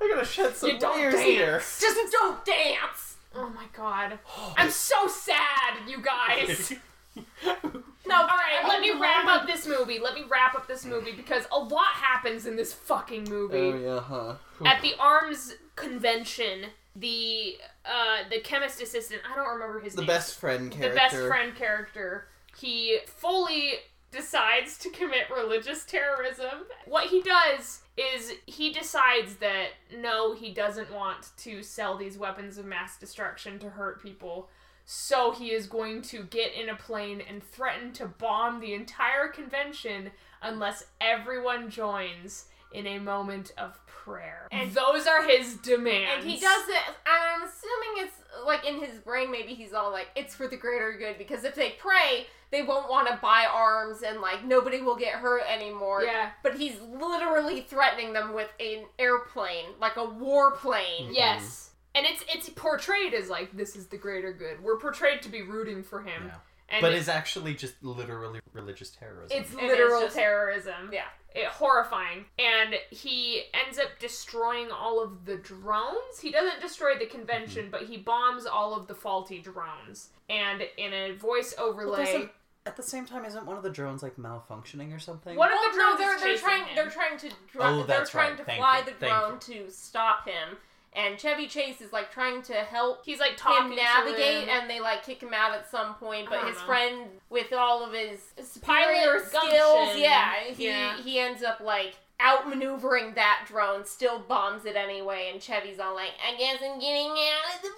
Speaker 3: I'm gonna shed some
Speaker 6: You don't
Speaker 3: tears
Speaker 6: dance.
Speaker 3: here.
Speaker 6: Just don't dance.
Speaker 1: Oh my god. I'm so sad, you guys.
Speaker 6: No. All
Speaker 1: All right, let me wrap up this movie. Let me wrap up this movie because a lot happens in this fucking
Speaker 7: Oh,
Speaker 1: movie.
Speaker 3: Oh, yeah, huh.
Speaker 1: At the arms convention, the uh the chemist assistant, I don't remember his
Speaker 7: The
Speaker 1: name.
Speaker 7: best friend character.
Speaker 1: the best friend character. He fully decides to commit religious terrorism. What he does is he decides that no, he doesn't want to sell these weapons of mass destruction to hurt people. So he is going to get in a plane and threaten to bomb the entire convention unless everyone joins in a moment of prayer. And those are his demands.
Speaker 6: And he does it. I'm assuming it's like in his brain. Maybe he's all like, "It's for the greater good," because if they pray, they won't want to buy arms, and like nobody will get hurt anymore.
Speaker 1: Yeah.
Speaker 6: But he's literally threatening them with an airplane, like a war
Speaker 3: Hmm. Mm-hmm.
Speaker 6: plane.
Speaker 1: Yes. And it's it's portrayed as like this is the greater good. We're portrayed to be rooting for him.
Speaker 3: Yeah.
Speaker 1: And
Speaker 3: But
Speaker 1: it-
Speaker 3: is actually just literally religious terrorism.
Speaker 6: It's
Speaker 1: it's literal
Speaker 6: literal terror.
Speaker 1: terrorism.
Speaker 6: Yeah.
Speaker 1: It horrifying. And he ends up destroying all of the drones. He doesn't destroy the convention,
Speaker 3: Mm-hmm.
Speaker 1: but he bombs all of the faulty drones. And in a voice overlay,
Speaker 3: at the same time, isn't one of the drones like malfunctioning or something?
Speaker 1: one of
Speaker 6: Well,
Speaker 1: the
Speaker 6: no,
Speaker 1: drones
Speaker 6: they're,
Speaker 1: is
Speaker 6: they're
Speaker 1: chasing
Speaker 6: trying.
Speaker 1: him.
Speaker 6: They're trying to. Dr-
Speaker 3: Oh,
Speaker 6: they're
Speaker 3: that's
Speaker 6: trying
Speaker 3: right.
Speaker 6: to
Speaker 3: Thank
Speaker 6: fly
Speaker 3: you.
Speaker 6: the
Speaker 3: Thank
Speaker 6: drone to stop him, and Chevy Chase is like trying to help
Speaker 1: He's like talking
Speaker 6: him
Speaker 1: to
Speaker 6: navigate
Speaker 1: him. Uh-huh.
Speaker 6: and they like kick him out at some point but
Speaker 1: don't
Speaker 6: his
Speaker 1: know.
Speaker 6: friend with all of his superior
Speaker 1: Pilot
Speaker 6: skills
Speaker 1: gumption.
Speaker 6: yeah he,
Speaker 1: Yeah.
Speaker 6: he ends up like outmaneuvering that drone still bombs it anyway and chevy's all like i guess i'm getting out of the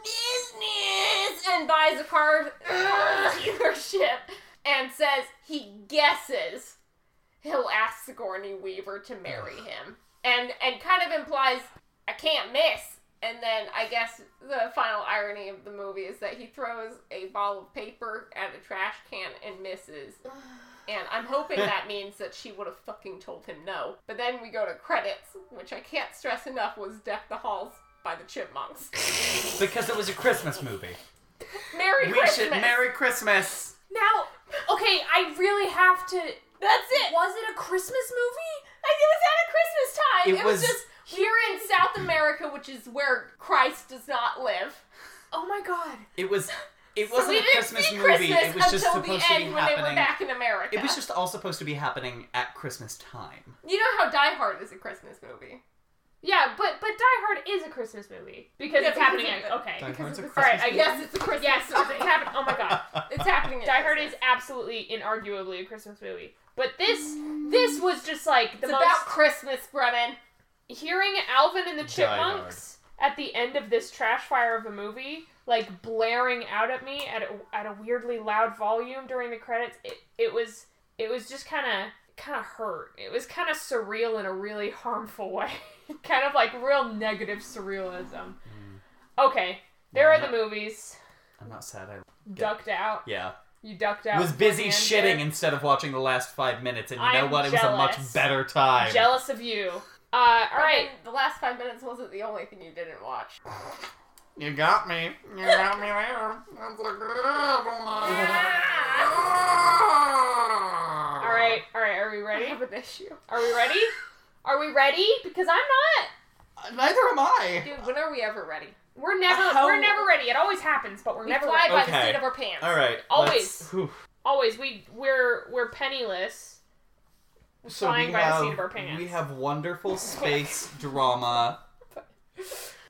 Speaker 6: business and buys a car car dealership and says he guesses he'll ask sigourney weaver to marry him and and kind of implies I can't miss. And then I guess the final irony of the movie is that he throws a ball of paper at a trash can and misses. And I'm hoping that means that she would have fucking told him no. But then we go to credits, which I can't stress enough was Deck the Halls by the Chipmunks.
Speaker 3: because it was a Christmas movie.
Speaker 6: Merry
Speaker 3: We
Speaker 6: Christmas!
Speaker 3: should Merry Christmas.
Speaker 1: now, okay, I really have to.
Speaker 6: That's it!
Speaker 1: Was it a Christmas movie?
Speaker 6: Like, it was at a Christmas time!
Speaker 3: It
Speaker 6: It, was,
Speaker 3: was-
Speaker 6: just here in South America, which is where Christ does not live.
Speaker 1: Oh my god.
Speaker 3: It was. It
Speaker 6: So we
Speaker 3: wasn't a
Speaker 6: didn't
Speaker 3: Christmas
Speaker 6: see
Speaker 3: movie.
Speaker 6: Christmas
Speaker 3: it was just
Speaker 6: until the
Speaker 3: supposed to be
Speaker 6: end when they were
Speaker 3: happening.
Speaker 6: back in America.
Speaker 3: It was just all supposed to be happening at Christmas time.
Speaker 6: You know how Die Hard is a Christmas movie.
Speaker 1: Yeah, but but Die Hard is a Christmas movie because
Speaker 6: Yeah,
Speaker 1: it's
Speaker 6: because
Speaker 1: happening.
Speaker 6: it's-
Speaker 1: at, okay,
Speaker 3: Die Hard's a
Speaker 6: it's a
Speaker 3: Christmas
Speaker 1: Alright, I
Speaker 3: movie.
Speaker 1: guess
Speaker 6: Yes, it's a Christmas
Speaker 1: yes, it's
Speaker 6: movie.
Speaker 1: happening. Oh my god,
Speaker 6: It's happening. at
Speaker 1: Die Hard is
Speaker 6: Christmas.
Speaker 1: absolutely inarguably a Christmas movie. But this this was just like the
Speaker 6: It's
Speaker 1: most
Speaker 6: about Christmas, Brennan.
Speaker 1: hearing Alvin and the
Speaker 3: Hard.
Speaker 1: Chipmunks at the end of this trash fire of a movie, like blaring out at me at a, at a weirdly loud volume during the credits. It it was it was just kind of kind of hurt. It was kind of surreal in a really harmful way, kind of like real negative surrealism.
Speaker 3: Hmm.
Speaker 1: Okay, there are the movies.
Speaker 3: I'm not sad. I
Speaker 1: Ducked out.
Speaker 3: yeah.
Speaker 1: You ducked out.
Speaker 3: was busy
Speaker 1: beforehand
Speaker 3: shitting
Speaker 1: there.
Speaker 3: instead of watching the last five minutes, and you
Speaker 1: I
Speaker 3: know
Speaker 1: am
Speaker 3: what? It was a
Speaker 1: jealous.
Speaker 3: much better time.
Speaker 1: Jealous of you. Uh, all right.
Speaker 6: Brennan, the last five minutes wasn't the only thing you didn't watch.
Speaker 7: You got me. You got me there. That's a
Speaker 6: Ah!
Speaker 7: good
Speaker 1: All right. All right. Are we
Speaker 6: I
Speaker 1: ready?
Speaker 6: have an issue.
Speaker 1: Are we ready? Are we ready? Because I'm not.
Speaker 7: Neither am I.
Speaker 6: Dude, when are we ever ready?
Speaker 1: We're never.
Speaker 3: How-
Speaker 1: We're never ready. It always happens, but we're
Speaker 6: We
Speaker 1: never
Speaker 6: fly
Speaker 1: ready.
Speaker 6: by the
Speaker 3: Okay.
Speaker 6: seat of our pants.
Speaker 3: All right.
Speaker 1: Always.
Speaker 3: let's- whew.
Speaker 1: Always. We we're we're penniless. We're
Speaker 3: So
Speaker 1: flying
Speaker 3: we
Speaker 1: by
Speaker 3: have,
Speaker 1: the seat of our pants.
Speaker 3: We have wonderful space drama,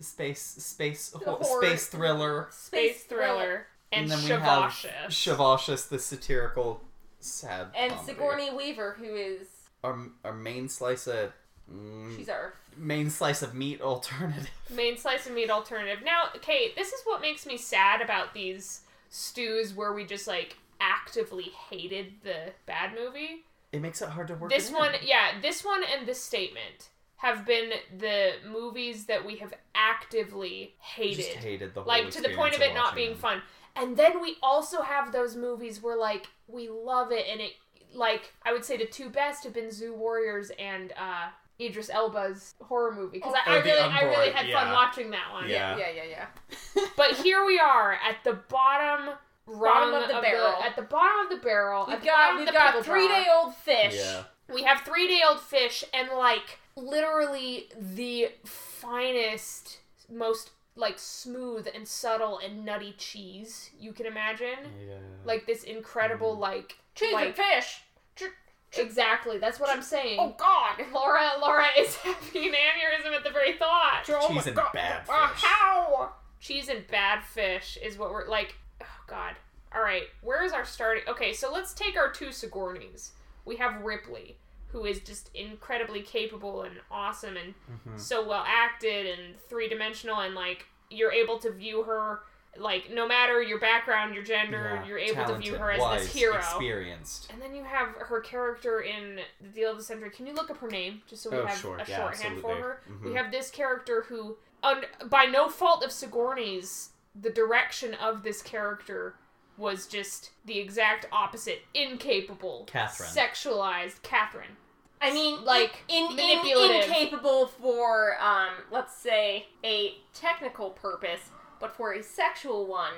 Speaker 3: space space
Speaker 6: horror.
Speaker 3: space thriller.
Speaker 1: space thriller.
Speaker 8: and,
Speaker 7: then we have
Speaker 8: Shavasha.
Speaker 7: Shavashus, the satirical sad.
Speaker 6: And
Speaker 7: comedy.
Speaker 6: Sigourney Weaver, who is
Speaker 7: Our, our main slice of. mm,
Speaker 6: she's our
Speaker 7: main slice of meat alternative.
Speaker 1: main slice of meat alternative. Now, Kate, this is what makes me sad about these stews where we just like actively hated the bad movie.
Speaker 7: It makes it hard to work.
Speaker 1: This
Speaker 7: it in.
Speaker 1: one, yeah, this one and this statement have been the movies that we have actively
Speaker 7: I
Speaker 1: hated.
Speaker 7: just hated the whole
Speaker 1: like to the point
Speaker 7: experience
Speaker 1: of it not
Speaker 7: watching
Speaker 1: being
Speaker 7: them.
Speaker 1: fun. And then we also have those movies where like we love it and it like I would say the two best have been Zoo Warriors and uh Idris Elba's horror movie because I, I
Speaker 7: Oh, The
Speaker 1: really I really
Speaker 7: Unborn,
Speaker 1: had fun
Speaker 7: yeah.
Speaker 1: watching that one.
Speaker 7: Yeah.
Speaker 6: yeah yeah yeah.
Speaker 1: But here we are at the bottom rung
Speaker 6: Bottom of
Speaker 1: of
Speaker 6: the barrel.
Speaker 1: at the bottom of the barrel. at
Speaker 6: We've
Speaker 1: the
Speaker 6: got
Speaker 1: bottom of
Speaker 6: we've
Speaker 1: the
Speaker 6: got
Speaker 1: pickle
Speaker 6: three
Speaker 1: jar.
Speaker 6: day old fish.
Speaker 7: Yeah.
Speaker 1: We have three day old fish and like literally the finest, most like smooth and subtle and nutty cheese you can imagine.
Speaker 7: Yeah.
Speaker 1: Like this incredible like
Speaker 6: Cheese
Speaker 1: like,
Speaker 6: and fish.
Speaker 1: exactly. That's what I'm saying.
Speaker 6: Oh God.
Speaker 1: Laura, Laura is having an aneurysm at the very thought.
Speaker 6: Oh
Speaker 7: Cheese
Speaker 6: my
Speaker 7: and
Speaker 6: God.
Speaker 7: bad
Speaker 6: Uh,
Speaker 1: Ah,
Speaker 7: fish.
Speaker 6: how?
Speaker 1: cheese and bad fish is what we're like. Oh God. All right. Where is our starting? Okay, so let's take our two Sigourneys. We have Ripley, who is just incredibly capable and awesome and
Speaker 7: Hmm.
Speaker 1: so well acted and three dimensional and like you're able to view her like no matter your background, your gender,
Speaker 7: Yeah.
Speaker 1: you're able to view
Speaker 7: Mm-hmm. Talented,
Speaker 1: her as
Speaker 7: wise,
Speaker 1: this hero.
Speaker 7: Experienced.
Speaker 1: And then you have her character in The Deal of the Century. Can you look up her name just so we
Speaker 7: Oh,
Speaker 1: have
Speaker 7: sure.
Speaker 1: a
Speaker 7: Yeah,
Speaker 1: shorthand for
Speaker 7: absolutely.
Speaker 1: her? We
Speaker 7: Mhm.
Speaker 1: have this character who, un- by no fault of Sigourney's, the direction of this character was just the exact opposite. Incapable,
Speaker 7: Catherine.
Speaker 1: sexualized Catherine.
Speaker 6: I mean,
Speaker 1: Like,
Speaker 6: in, in,
Speaker 1: manipulative.
Speaker 6: incapable for um, let's say a technical purpose, but for a sexual one,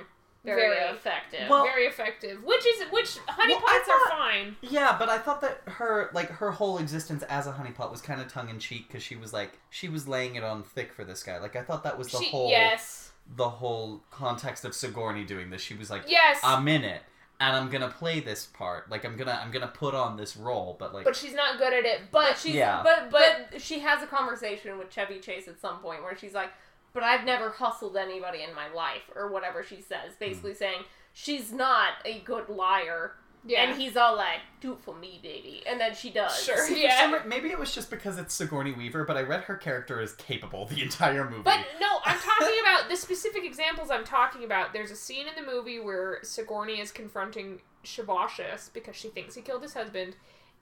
Speaker 6: very,
Speaker 1: Very.
Speaker 6: effective.
Speaker 7: Well-
Speaker 1: Very effective. Which is which? Honeypots
Speaker 7: Well, I
Speaker 1: are
Speaker 7: thought-
Speaker 1: fine.
Speaker 7: Yeah, but I thought that her like her whole existence as a honeypot was kind of tongue in cheek because she was like she was laying it on thick for this guy. Like I thought that was the
Speaker 1: She,
Speaker 7: whole
Speaker 1: yes,
Speaker 7: the whole context of Sigourney doing this. She was like,
Speaker 1: yes.
Speaker 7: I'm in it, and I'm gonna play this part. Like I'm gonna I'm gonna put on this role, but like
Speaker 1: but she's not good at it. But
Speaker 6: she's,
Speaker 7: Yeah.
Speaker 6: but, but she has a conversation with Chevy Chase at some point where she's like, "But I've never hustled anybody in my life," or whatever she says, basically saying she's not a good liar.
Speaker 1: yeah,
Speaker 6: And he's all like, "Do it for me, baby," and then she does.
Speaker 1: sure,
Speaker 7: See, for
Speaker 1: yeah.
Speaker 7: some re- maybe it was just because it's Sigourney Weaver, but I read her character as capable the entire movie.
Speaker 1: But no, I'm talking about the specific examples I'm talking about. There's a scene in the movie where Sigourney is confronting Shavashis because she thinks he killed his husband,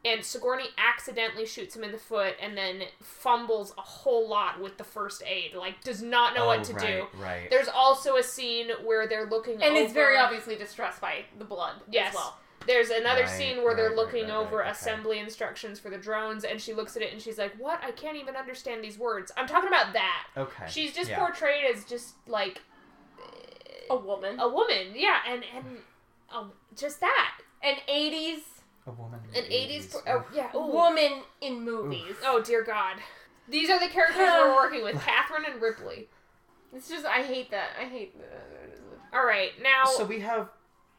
Speaker 1: and Sigourney accidentally shoots him in the foot and then fumbles a whole lot with the first aid. Like, does not know
Speaker 7: Oh,
Speaker 1: what to do.
Speaker 7: right, Right.
Speaker 1: There's also a scene where they're looking
Speaker 6: and
Speaker 1: over.
Speaker 6: is very obviously distressed by the blood
Speaker 1: Yes.
Speaker 6: as well.
Speaker 1: There's another
Speaker 7: Right,
Speaker 1: scene where they're
Speaker 7: right, right,
Speaker 1: looking
Speaker 7: right,
Speaker 1: over
Speaker 7: right, okay.
Speaker 1: assembly instructions for the drones, and she looks at it and she's like, "What? I can't even understand these words." I'm talking about that.
Speaker 7: okay.
Speaker 1: She's just
Speaker 7: yeah.
Speaker 1: portrayed as just like
Speaker 6: A woman,
Speaker 1: a woman, yeah, and and um, just that
Speaker 6: an '80s
Speaker 7: a woman.
Speaker 1: an eighties, oh, yeah. ooh.
Speaker 6: woman in movies.
Speaker 1: Oh dear God, these are the characters we're working with: Catherine and Ripley.
Speaker 6: It's just I hate that. I hate. The,
Speaker 1: All right, now
Speaker 7: So we have.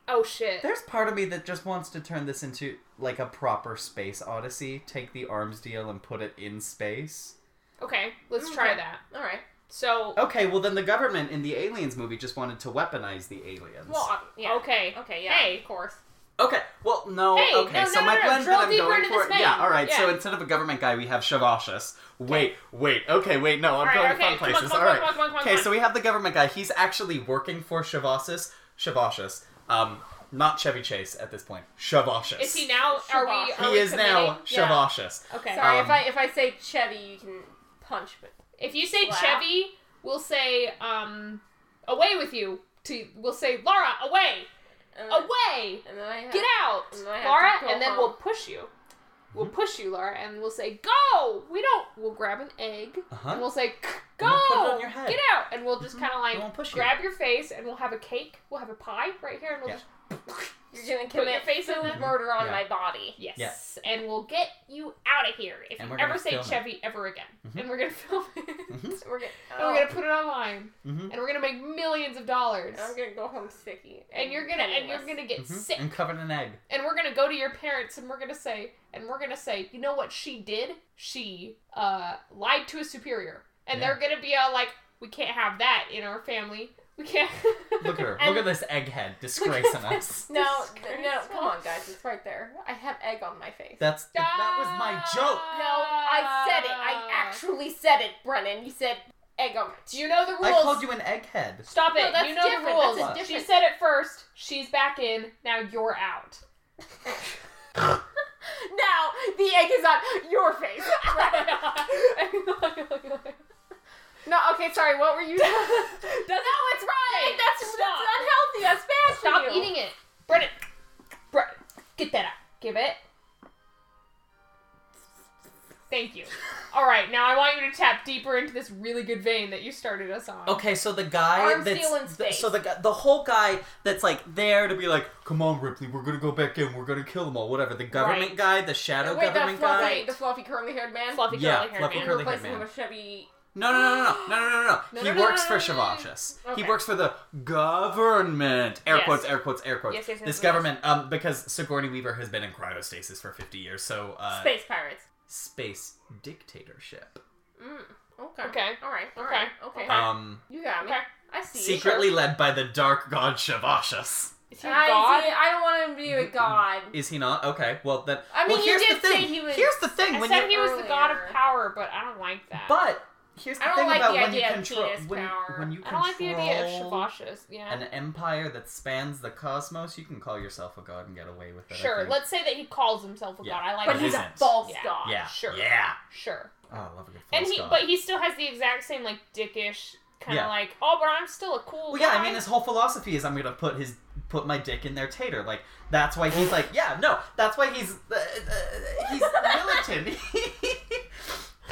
Speaker 1: oh shit,
Speaker 7: There's part of me that just wants to turn this into like a proper space odyssey. Take the arms deal and put it in space.
Speaker 1: okay, let's try
Speaker 6: Okay.
Speaker 1: that.
Speaker 6: all right.
Speaker 1: So
Speaker 7: Okay, well then the government in the Aliens movie just wanted to weaponize the aliens.
Speaker 6: Well, uh, yeah.
Speaker 1: okay,
Speaker 6: Okay. Yeah.
Speaker 1: Hey.
Speaker 6: Of course.
Speaker 7: okay, well no,
Speaker 1: Hey,
Speaker 7: okay.
Speaker 1: no,
Speaker 7: so
Speaker 1: no,
Speaker 7: my
Speaker 1: no, no,
Speaker 7: plan
Speaker 1: drill
Speaker 7: that I'm
Speaker 1: deeper
Speaker 7: going
Speaker 1: into
Speaker 7: for
Speaker 1: this vein.
Speaker 7: yeah, all right. So
Speaker 1: Yeah.
Speaker 7: instead of a government guy, we have Shavashus. Wait, wait. Okay, wait. No, I'm
Speaker 1: right,
Speaker 7: going to
Speaker 1: okay,
Speaker 7: fun
Speaker 1: come on,
Speaker 7: places.
Speaker 1: come on,
Speaker 7: all right.
Speaker 1: come on, come on, come on,
Speaker 7: okay,
Speaker 1: come
Speaker 7: so we have the government guy. He's actually working for Shavashus. Shavashus. Um, not Chevy Chase at this point. Shavashus.
Speaker 1: is he now? Are we?
Speaker 6: Shabbat.
Speaker 1: Are
Speaker 7: He
Speaker 1: we
Speaker 7: is now
Speaker 1: committing? Yeah.
Speaker 7: Shavashus.
Speaker 1: Okay.
Speaker 6: Sorry
Speaker 7: Um,
Speaker 6: if I if I say Chevy, you can punch me.
Speaker 1: If you say
Speaker 6: Wow.
Speaker 1: Chevy, we'll say um, away with you. To we'll say Laura, away,
Speaker 6: And then-
Speaker 1: away.
Speaker 6: And then I have,
Speaker 1: Oh, Get out,
Speaker 6: And then I have
Speaker 1: Laura,
Speaker 6: to go
Speaker 1: and then
Speaker 6: home.
Speaker 1: we'll push you. We'll
Speaker 7: Hmm?
Speaker 1: push you, Laura, and we'll say go. We don't. We'll grab an egg
Speaker 7: Uh-huh.
Speaker 1: and we'll say go.
Speaker 7: we'll put it on your head.
Speaker 1: Get out, and we'll
Speaker 6: Hmm?
Speaker 1: just kind of like
Speaker 7: won't push you.
Speaker 1: grab your face, and we'll have a cake. We'll have a pie right here, and we'll
Speaker 7: Yeah.
Speaker 1: just
Speaker 6: You're gonna
Speaker 1: put your
Speaker 6: commit
Speaker 1: face in
Speaker 6: food
Speaker 1: that.
Speaker 6: murder on
Speaker 7: Yeah.
Speaker 6: my body.
Speaker 1: Yes, and we'll get you out of here if
Speaker 7: And
Speaker 1: you
Speaker 7: we're
Speaker 1: ever
Speaker 7: gonna
Speaker 1: say
Speaker 7: film it. Mm-hmm.
Speaker 1: Chevy ever again. And we're gonna film it.
Speaker 6: We're gonna.
Speaker 1: And we're
Speaker 6: Oh.
Speaker 1: gonna put it online,
Speaker 7: Mhm.
Speaker 1: and we're gonna make millions of dollars.
Speaker 6: I'm gonna go home sicky.
Speaker 1: and you're gonna and you're
Speaker 6: penniless.
Speaker 1: gonna get
Speaker 7: Mhm.
Speaker 1: sick
Speaker 7: And covered in egg.
Speaker 1: and we're gonna go to your parents and we're gonna say and we're gonna say you know what she did she uh lied to a superior and
Speaker 7: Yeah.
Speaker 1: they're gonna be all like we can't have that in our family We can't.
Speaker 7: Look at her.
Speaker 6: And-
Speaker 7: Look at this egghead disgracing us.
Speaker 6: No, th- no, come on, guys. It's right there. I have egg on my face.
Speaker 7: That's that was my joke.
Speaker 6: no, I said it.
Speaker 1: Ah.
Speaker 6: I actually said it, Brennan. You said egg on my
Speaker 1: You know the
Speaker 7: I
Speaker 1: rules.
Speaker 7: called you an egghead.
Speaker 1: Stop it.
Speaker 6: No, that's
Speaker 1: you know
Speaker 6: different.
Speaker 1: the rules.
Speaker 6: That's a
Speaker 1: She
Speaker 6: different-
Speaker 1: said it first. She's back in. Now you're out.
Speaker 6: Now the egg is on your face. no, okay, sorry. What were you? no, it's right. That's
Speaker 1: Stop.
Speaker 6: that's unhealthy. That's bad
Speaker 1: Stop
Speaker 6: for you.
Speaker 1: eating it. Brennan. Brennan. Get that out. Give it. Thank you. All right, now I want you to tap deeper into this really good vein that you started us on.
Speaker 7: Okay, so the guy
Speaker 6: Arm
Speaker 7: that's
Speaker 6: stealing
Speaker 7: th-
Speaker 6: space.
Speaker 7: so the guy, the whole guy that's like there to be like, come on, Ripley, we're gonna go back in, we're gonna kill them all, whatever. The government
Speaker 1: Right.
Speaker 7: guy, the shadow
Speaker 6: Wait, the
Speaker 7: government
Speaker 6: fluffy,
Speaker 7: guy.
Speaker 6: the fluffy curly-haired man.
Speaker 1: Fluffy
Speaker 7: Yeah,
Speaker 1: curly hair
Speaker 7: fluffy
Speaker 1: man.
Speaker 7: curly-
Speaker 6: You're replacing
Speaker 7: man.
Speaker 6: him with Chevy.
Speaker 7: No, no, no, no, no, no, no, no, no.
Speaker 6: No,
Speaker 7: He
Speaker 6: no, no,
Speaker 7: works
Speaker 6: no,
Speaker 7: for
Speaker 6: no, no, no, no.
Speaker 7: Shavashis. He
Speaker 6: Okay.
Speaker 7: works for the government. Air
Speaker 1: Yes.
Speaker 7: quotes, air quotes, air quotes.
Speaker 6: Yes, yes, yes,
Speaker 7: this
Speaker 6: yes,
Speaker 7: government, um, because Sigourney Weaver has been in cryostasis for 50 years, so uh,
Speaker 6: Space pirates.
Speaker 7: space dictatorship.
Speaker 6: Okay.
Speaker 1: Okay.
Speaker 6: All right. all
Speaker 1: Okay.
Speaker 6: right, Okay.
Speaker 7: Um,
Speaker 6: you got me.
Speaker 1: Okay.
Speaker 6: I see.
Speaker 7: secretly led by the dark god Shavashis.
Speaker 1: Is he a
Speaker 6: I
Speaker 1: god?
Speaker 6: see. I don't want him to be a god.
Speaker 7: Is he not? Okay, well then.
Speaker 6: I mean,
Speaker 7: well,
Speaker 6: you
Speaker 7: here's
Speaker 6: did
Speaker 7: the thing.
Speaker 6: say he was-
Speaker 7: Here's the thing.
Speaker 1: I
Speaker 7: when
Speaker 1: said
Speaker 7: you,
Speaker 1: he was the god of
Speaker 6: earlier.
Speaker 1: power, but I don't like that.
Speaker 7: but here's the
Speaker 6: I don't
Speaker 7: thing
Speaker 6: like
Speaker 7: about
Speaker 6: the
Speaker 7: when
Speaker 6: idea
Speaker 7: you
Speaker 6: of
Speaker 7: control
Speaker 6: penis
Speaker 7: when,
Speaker 6: power.
Speaker 7: when you
Speaker 1: I don't like the idea of
Speaker 7: control
Speaker 1: Shavashas. Yeah.
Speaker 7: An empire that spans the cosmos, you can call yourself a god and get away with it. I
Speaker 1: Sure.
Speaker 7: think.
Speaker 1: Let's say that he calls himself a
Speaker 7: Yeah.
Speaker 1: god. I like
Speaker 6: But
Speaker 7: It
Speaker 1: that.
Speaker 6: he's a
Speaker 7: isn't.
Speaker 6: false
Speaker 1: Yeah.
Speaker 6: god.
Speaker 7: Yeah.
Speaker 1: Sure.
Speaker 7: Yeah.
Speaker 1: Sure.
Speaker 7: Oh, I love a good false
Speaker 1: and he
Speaker 7: god.
Speaker 1: but he still has the exact same like dickish kind of
Speaker 7: Yeah.
Speaker 1: like oh but i'm still a cool
Speaker 7: Well, yeah, I
Speaker 1: guy."
Speaker 7: mean, his whole philosophy is I'm gonna put his put my dick in their tater. Like that's why he's like, yeah, no, that's why he's uh, uh, he's militant.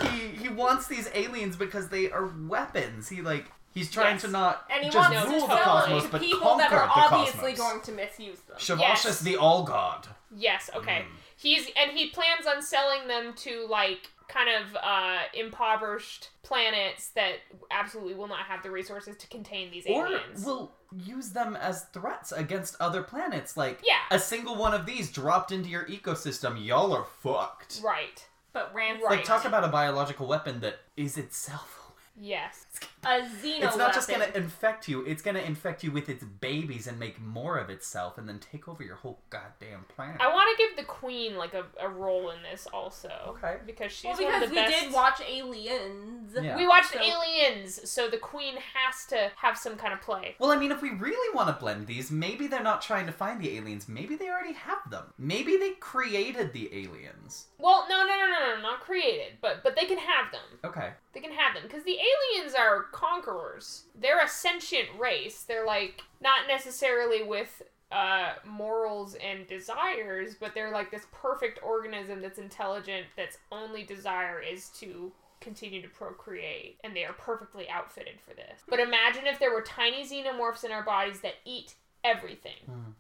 Speaker 7: he he wants these aliens because they are weapons. He like he's trying
Speaker 1: Yes.
Speaker 7: to not
Speaker 6: And he
Speaker 7: just
Speaker 6: wants to
Speaker 7: rule the
Speaker 6: sell
Speaker 7: cosmos,
Speaker 6: it to
Speaker 7: but
Speaker 6: people that
Speaker 7: conquer
Speaker 6: are
Speaker 7: the
Speaker 6: obviously
Speaker 7: cosmos.
Speaker 6: going to misuse them.
Speaker 7: Shavash
Speaker 1: Yes.
Speaker 7: is the all god.
Speaker 1: yes
Speaker 7: Mm.
Speaker 1: okay he's and he plans on selling them to like kind of uh impoverished planets that absolutely will not have the resources to contain these
Speaker 7: Or
Speaker 1: aliens
Speaker 7: will use them as threats against other planets. Like
Speaker 1: Yeah.
Speaker 7: a single one of these dropped into your ecosystem, y'all are fucked.
Speaker 1: right
Speaker 6: But ransom
Speaker 1: Right.
Speaker 7: Like talk about a biological weapon that is itself. a weapon.
Speaker 1: yes
Speaker 6: a xeno.
Speaker 7: It's not just gonna infect you; it's gonna infect you with its babies and make more of itself, and then take over your whole goddamn planet.
Speaker 1: i want to give the queen like a, a role in this also
Speaker 7: Okay.
Speaker 1: because she's
Speaker 6: Well,
Speaker 1: one
Speaker 6: because
Speaker 1: of
Speaker 6: we
Speaker 1: the best
Speaker 6: did watch Aliens.
Speaker 7: Yeah.
Speaker 1: we watched
Speaker 6: So-
Speaker 1: aliens so the queen has to have some kind of play
Speaker 7: well, I mean, if we really want to blend these, maybe they're not trying to find the aliens. Maybe they already have them. Maybe they created the aliens.
Speaker 1: well no no no no no not created but but they can have them
Speaker 7: Okay.
Speaker 1: They can have them because the aliens are conquerors. They're a sentient race. They're like not necessarily with uh, morals and desires, but they're like this perfect organism that's intelligent. That's only desire is to continue to procreate, and they are perfectly outfitted for this. But imagine if there were tiny xenomorphs in our bodies that eat everything.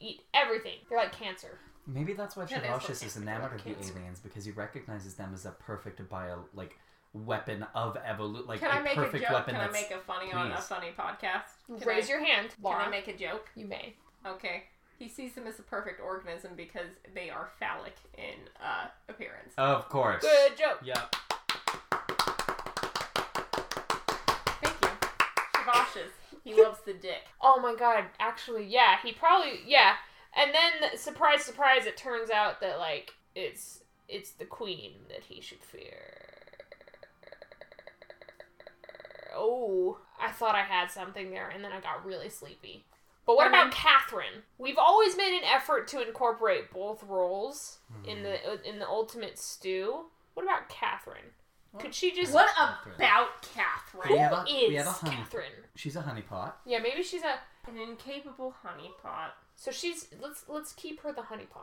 Speaker 1: Eat everything. They're like cancer.
Speaker 7: Maybe that's why
Speaker 6: Yeah, that's
Speaker 7: Shavashis
Speaker 6: what
Speaker 7: is enamored of the
Speaker 6: cancer.
Speaker 7: aliens because he recognizes them as a perfect bio like weapon of evolution, like
Speaker 6: Can I
Speaker 7: a
Speaker 6: make a
Speaker 7: perfect
Speaker 6: joke?
Speaker 7: weapon
Speaker 6: Can I
Speaker 7: that's
Speaker 6: make a funny on a
Speaker 7: please.
Speaker 6: funny podcast? Can
Speaker 1: Raise
Speaker 6: I,
Speaker 1: your hand,
Speaker 6: Can
Speaker 1: Laura.
Speaker 6: I make a joke?
Speaker 1: you may.
Speaker 6: Okay. He sees them as a perfect organism because they are phallic in uh, appearance.
Speaker 7: of course.
Speaker 1: Good joke.
Speaker 7: Yeah.
Speaker 6: Thank you. Shavashes. He loves the dick.
Speaker 1: oh my god actually yeah he probably yeah and then surprise surprise it turns out that like it's it's the queen that he should fear oh i thought i had something there and then i got really sleepy but what about catherine we've always made an effort to incorporate both roles in
Speaker 7: Mm-hmm.
Speaker 1: the in the ultimate stew what about catherine could she just
Speaker 6: What about Catherine?
Speaker 7: We have
Speaker 1: who
Speaker 7: a-
Speaker 1: is
Speaker 7: we have a honey-
Speaker 1: catherine
Speaker 7: She's a honeypot.
Speaker 1: yeah maybe she's a
Speaker 6: An incapable honeypot.
Speaker 1: So she's let's let's keep her the honeypot.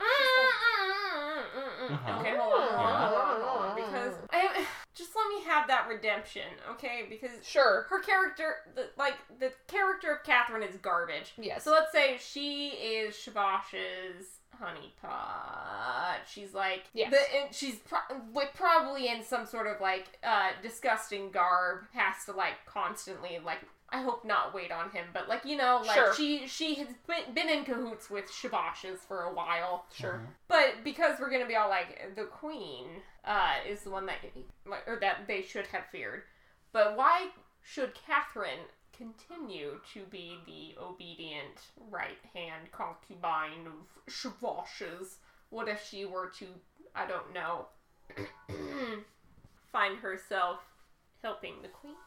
Speaker 6: Okay,
Speaker 7: Uh-huh.
Speaker 6: hold on, hold on, hold on, hold on, because I just let me have that redemption, okay? Because
Speaker 1: Sure.
Speaker 6: her character, the, like the character of Catherine, is garbage.
Speaker 1: Yes.
Speaker 6: So let's say she is Shavash's honeypot. She's like,
Speaker 1: Yes.
Speaker 6: the, and she's pro- like probably in some sort of like uh, disgusting garb. Has to like constantly like. I hope not wait on him, but like you know, like
Speaker 1: Sure.
Speaker 6: she she has been, been in cahoots with Shavash's for a while.
Speaker 1: Sure.
Speaker 6: But because we're gonna be all like the queen uh, is the one that or that they should have feared, but why should Catherine continue to be the obedient right hand concubine of Shavosh's? What if she were to, I don't know, find herself helping the queen?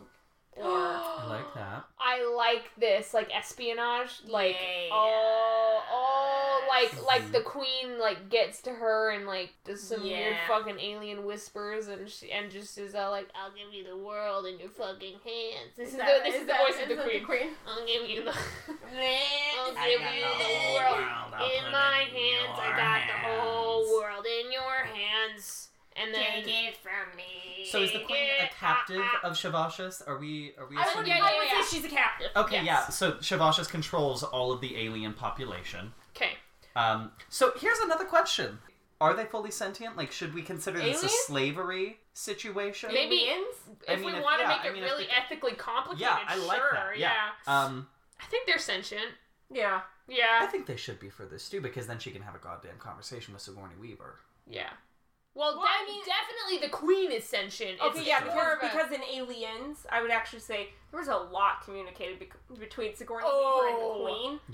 Speaker 6: Or
Speaker 9: I like that.
Speaker 1: I like this, like espionage, like
Speaker 6: Yeah.
Speaker 1: oh, oh, like like the queen like gets to her and like does some weird
Speaker 6: Yeah.
Speaker 1: fucking alien whispers and she, and just is all like, "I'll give you the world in your fucking hands." This is, the, this is, the voice of the queen. I'll give you the, I'll give you the world in my hands. I got the whole world in your hands. And then
Speaker 6: Take it from me.
Speaker 7: So is the queen a captive of Shavashis? Are we? Are we?
Speaker 1: I would-
Speaker 7: assuming-
Speaker 1: yeah, yeah, yeah.
Speaker 6: say she's a captive.
Speaker 7: Okay, yeah. So Shavashis controls all of the alien population.
Speaker 1: okay,
Speaker 7: Um, so here's another question: Are they fully sentient? Like, should we consider this a
Speaker 6: Alien?
Speaker 7: slavery situation?
Speaker 1: maybe
Speaker 7: I
Speaker 1: if
Speaker 7: mean,
Speaker 1: we
Speaker 7: if-
Speaker 1: want to
Speaker 7: yeah,
Speaker 1: make
Speaker 7: I
Speaker 1: it
Speaker 7: mean, if
Speaker 1: really
Speaker 7: they-
Speaker 1: ethically complicated,
Speaker 7: Yeah, I like
Speaker 1: sure,
Speaker 7: that. Yeah. Um,
Speaker 1: I think they're sentient.
Speaker 6: Yeah.
Speaker 7: I
Speaker 1: Yeah,
Speaker 7: think they should be for this too, because then she can have a goddamn conversation with Sigourney Weaver.
Speaker 1: yeah. Well,
Speaker 6: Well, I
Speaker 1: de-
Speaker 6: mean-
Speaker 1: definitely the queen is sentient. It's
Speaker 6: Okay, yeah,
Speaker 1: more
Speaker 6: because,
Speaker 1: of a-
Speaker 6: because in Aliens, I would actually say there was a lot communicated bec- between Sigourney
Speaker 1: Oh.
Speaker 6: Weaver and the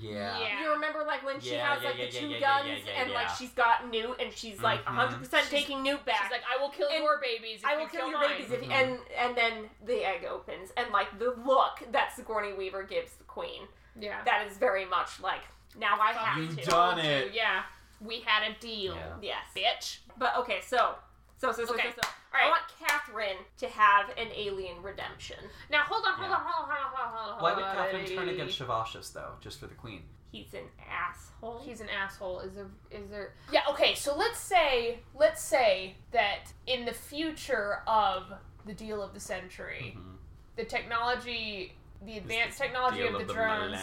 Speaker 6: Queen.
Speaker 1: yeah.
Speaker 6: You remember, like, when she
Speaker 7: Yeah,
Speaker 6: has,
Speaker 7: yeah,
Speaker 6: like,
Speaker 7: yeah,
Speaker 6: the
Speaker 7: yeah,
Speaker 6: two
Speaker 7: yeah, yeah,
Speaker 6: guns
Speaker 7: yeah, yeah,
Speaker 6: and,
Speaker 7: yeah.
Speaker 6: like, she's got Newt and she's, like,
Speaker 7: Mhm.
Speaker 6: 100% taking Newt back.
Speaker 1: She's like, I will kill
Speaker 6: And-
Speaker 1: your babies. If
Speaker 6: I will
Speaker 1: you
Speaker 6: kill, your
Speaker 1: mine.
Speaker 6: babies if you,
Speaker 7: Mhm.
Speaker 6: and and then the egg opens and like the look that Sigourney Weaver gives the queen
Speaker 1: Yeah.
Speaker 6: that is very much like now I have
Speaker 7: You
Speaker 6: to
Speaker 7: done
Speaker 1: Told
Speaker 7: it.
Speaker 1: you, Yeah. We had a deal,
Speaker 7: Yeah.
Speaker 6: yes
Speaker 1: bitch.
Speaker 6: but okay so so so so,
Speaker 1: Okay.
Speaker 6: so, so.
Speaker 1: All right.
Speaker 6: I want Catherine to have an alien redemption
Speaker 1: Now hold on, hold
Speaker 7: Yeah.
Speaker 1: on, hold on, hold on, hold on.
Speaker 7: Why would
Speaker 1: hold on.
Speaker 7: Catherine turn against Shavashis though, just for the queen?
Speaker 6: he's an asshole
Speaker 1: He's an asshole. Is there? Is there? Yeah. Okay. So let's say, let's say that in the future of the deal of the century,
Speaker 7: Mm-hmm.
Speaker 1: the technology, the advanced technology of the, drones,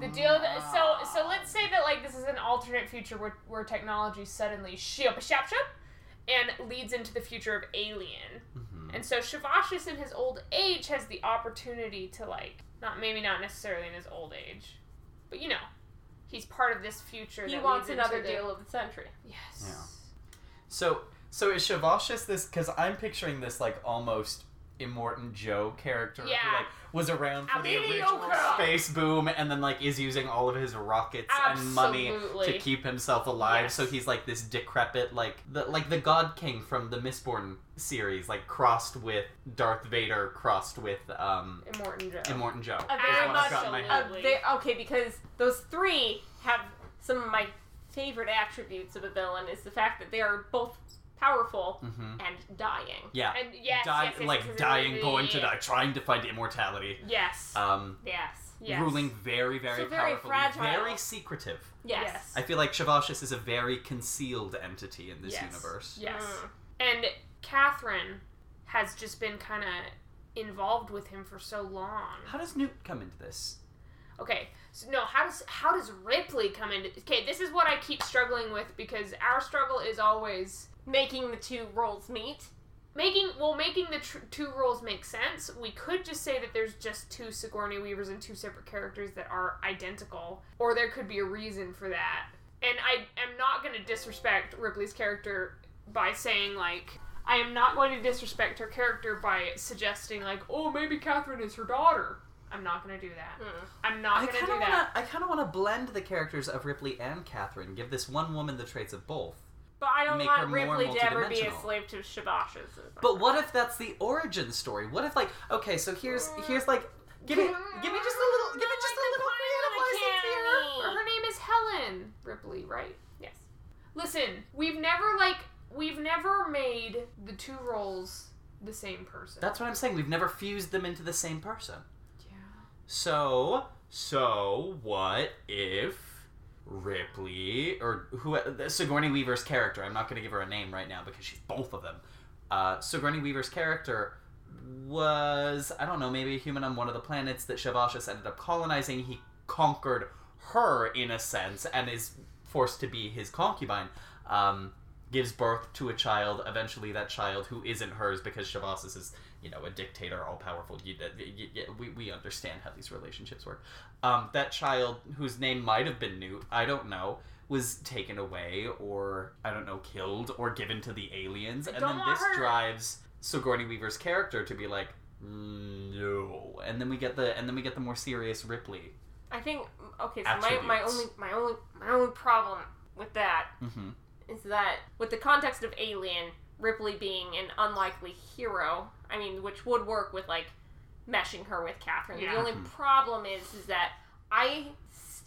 Speaker 1: the deal. That,
Speaker 6: Ah.
Speaker 1: so so let's say that like this is an alternate future where, where technology suddenly ship shop shop and leads into the future of Alien.
Speaker 7: Mm-hmm.
Speaker 1: And so Shavashis in his old age has the opportunity to like not maybe not necessarily in his old age, but you know, he's part of this future.
Speaker 6: he
Speaker 1: that
Speaker 6: wants
Speaker 1: leads into
Speaker 6: another
Speaker 1: the-
Speaker 6: deal of the century
Speaker 1: Yes.
Speaker 7: So so is Shavashis this? Because I'm picturing this like almost immortal Joe character
Speaker 1: Yeah.
Speaker 7: who like was around for the original
Speaker 1: mediocre.
Speaker 7: space boom and then like is using all of his rockets and money
Speaker 1: Absolutely.
Speaker 7: to keep himself alive.
Speaker 1: Yes.
Speaker 7: So he's like this decrepit like the like the God King from the Mistborn series, like crossed with Darth Vader, crossed with um
Speaker 1: Immortan Joe.
Speaker 7: Immortan Joe.
Speaker 6: A
Speaker 7: is
Speaker 6: very
Speaker 7: what I've
Speaker 6: much
Speaker 7: got in my
Speaker 1: a-
Speaker 7: head.
Speaker 6: a ve- Uh, okay because those three have some of my favorite attributes of a villain is the fact that they are both powerful
Speaker 7: Mhm.
Speaker 6: and dying
Speaker 7: Yeah.
Speaker 1: and yes,
Speaker 7: Die-
Speaker 1: yes, yes,
Speaker 7: like
Speaker 1: yes, yes,
Speaker 7: dying,
Speaker 1: yes,
Speaker 7: going
Speaker 1: yes,
Speaker 7: to die, trying to find immortality.
Speaker 1: Yes.
Speaker 7: Um,
Speaker 6: yes
Speaker 1: yes.
Speaker 7: ruling very, very
Speaker 6: So very
Speaker 7: powerfully,
Speaker 6: fragile.
Speaker 7: very secretive.
Speaker 6: Yes.
Speaker 7: I feel like Shavashis is a very concealed entity in this
Speaker 1: Yes.
Speaker 7: universe.
Speaker 1: Yes. And Catherine has just been kind of involved with him for so long.
Speaker 7: How does Newt come into this?
Speaker 1: Okay, so no, how does how does Ripley come into? Okay, this is what I keep struggling with because our struggle is always
Speaker 6: Making the two roles meet.
Speaker 1: making well making the tr- two roles make sense. We could just say that there's just two Sigourney Weavers and two separate characters that are identical, or there could be a reason for that. And I am not going to disrespect Ripley's character by saying like. I am not going to disrespect her character by suggesting like, oh, maybe Catherine is her daughter. I'm not going to do that. I'm not
Speaker 7: I
Speaker 1: going to do
Speaker 7: kind of
Speaker 1: that.
Speaker 7: want to. I kind of want to blend the characters of Ripley and Catherine. Give this one woman the traits of both.
Speaker 6: But I don't
Speaker 7: Make her
Speaker 6: want
Speaker 7: more
Speaker 6: Ripley to ever be a
Speaker 7: multidimensional.
Speaker 6: slave to Shabash's.
Speaker 7: But what if that's the origin story? What if like okay, so here's here's like give me give me just a little give me just a
Speaker 6: Mm,
Speaker 7: little creative license here.
Speaker 1: Or her name is Helen Ripley, right?
Speaker 6: Yes.
Speaker 1: Listen, we've never like we've never made the two roles the same person.
Speaker 7: That's what I'm saying. We've never fused them into the same person.
Speaker 1: yeah.
Speaker 7: So, so what if Ripley or who Sigourney Weaver's character? I'm not going to give her a name right now because she's both of them. Uh, Sigourney Weaver's character was I don't know maybe a human on one of the planets that Shavashis ended up colonizing. He conquered her in a sense and is forced to be his concubine. Um, gives birth to a child. Eventually, that child who isn't hers because Shavassus is, you know, a dictator, all powerful. You, that- y y we, we understand how these relationships work. Um, that child, whose name might have been Newt, I don't know, was taken away or, I don't know, killed or given to the aliens. And
Speaker 1: don't
Speaker 7: then
Speaker 1: want
Speaker 7: this
Speaker 1: her-
Speaker 7: drives Sigourney Weaver's character to be like, "Mm, no. And then we get the and then we get the more serious Ripley.
Speaker 6: I think okay. So my, my
Speaker 7: Attributes.
Speaker 6: only my only my only problem with that
Speaker 7: Mhm.
Speaker 6: is that with the context of Alien, Ripley being an unlikely hero. I mean, which would work with like meshing her with Catherine.
Speaker 1: Yeah.
Speaker 6: The
Speaker 7: Mm-hmm.
Speaker 6: only problem is is that I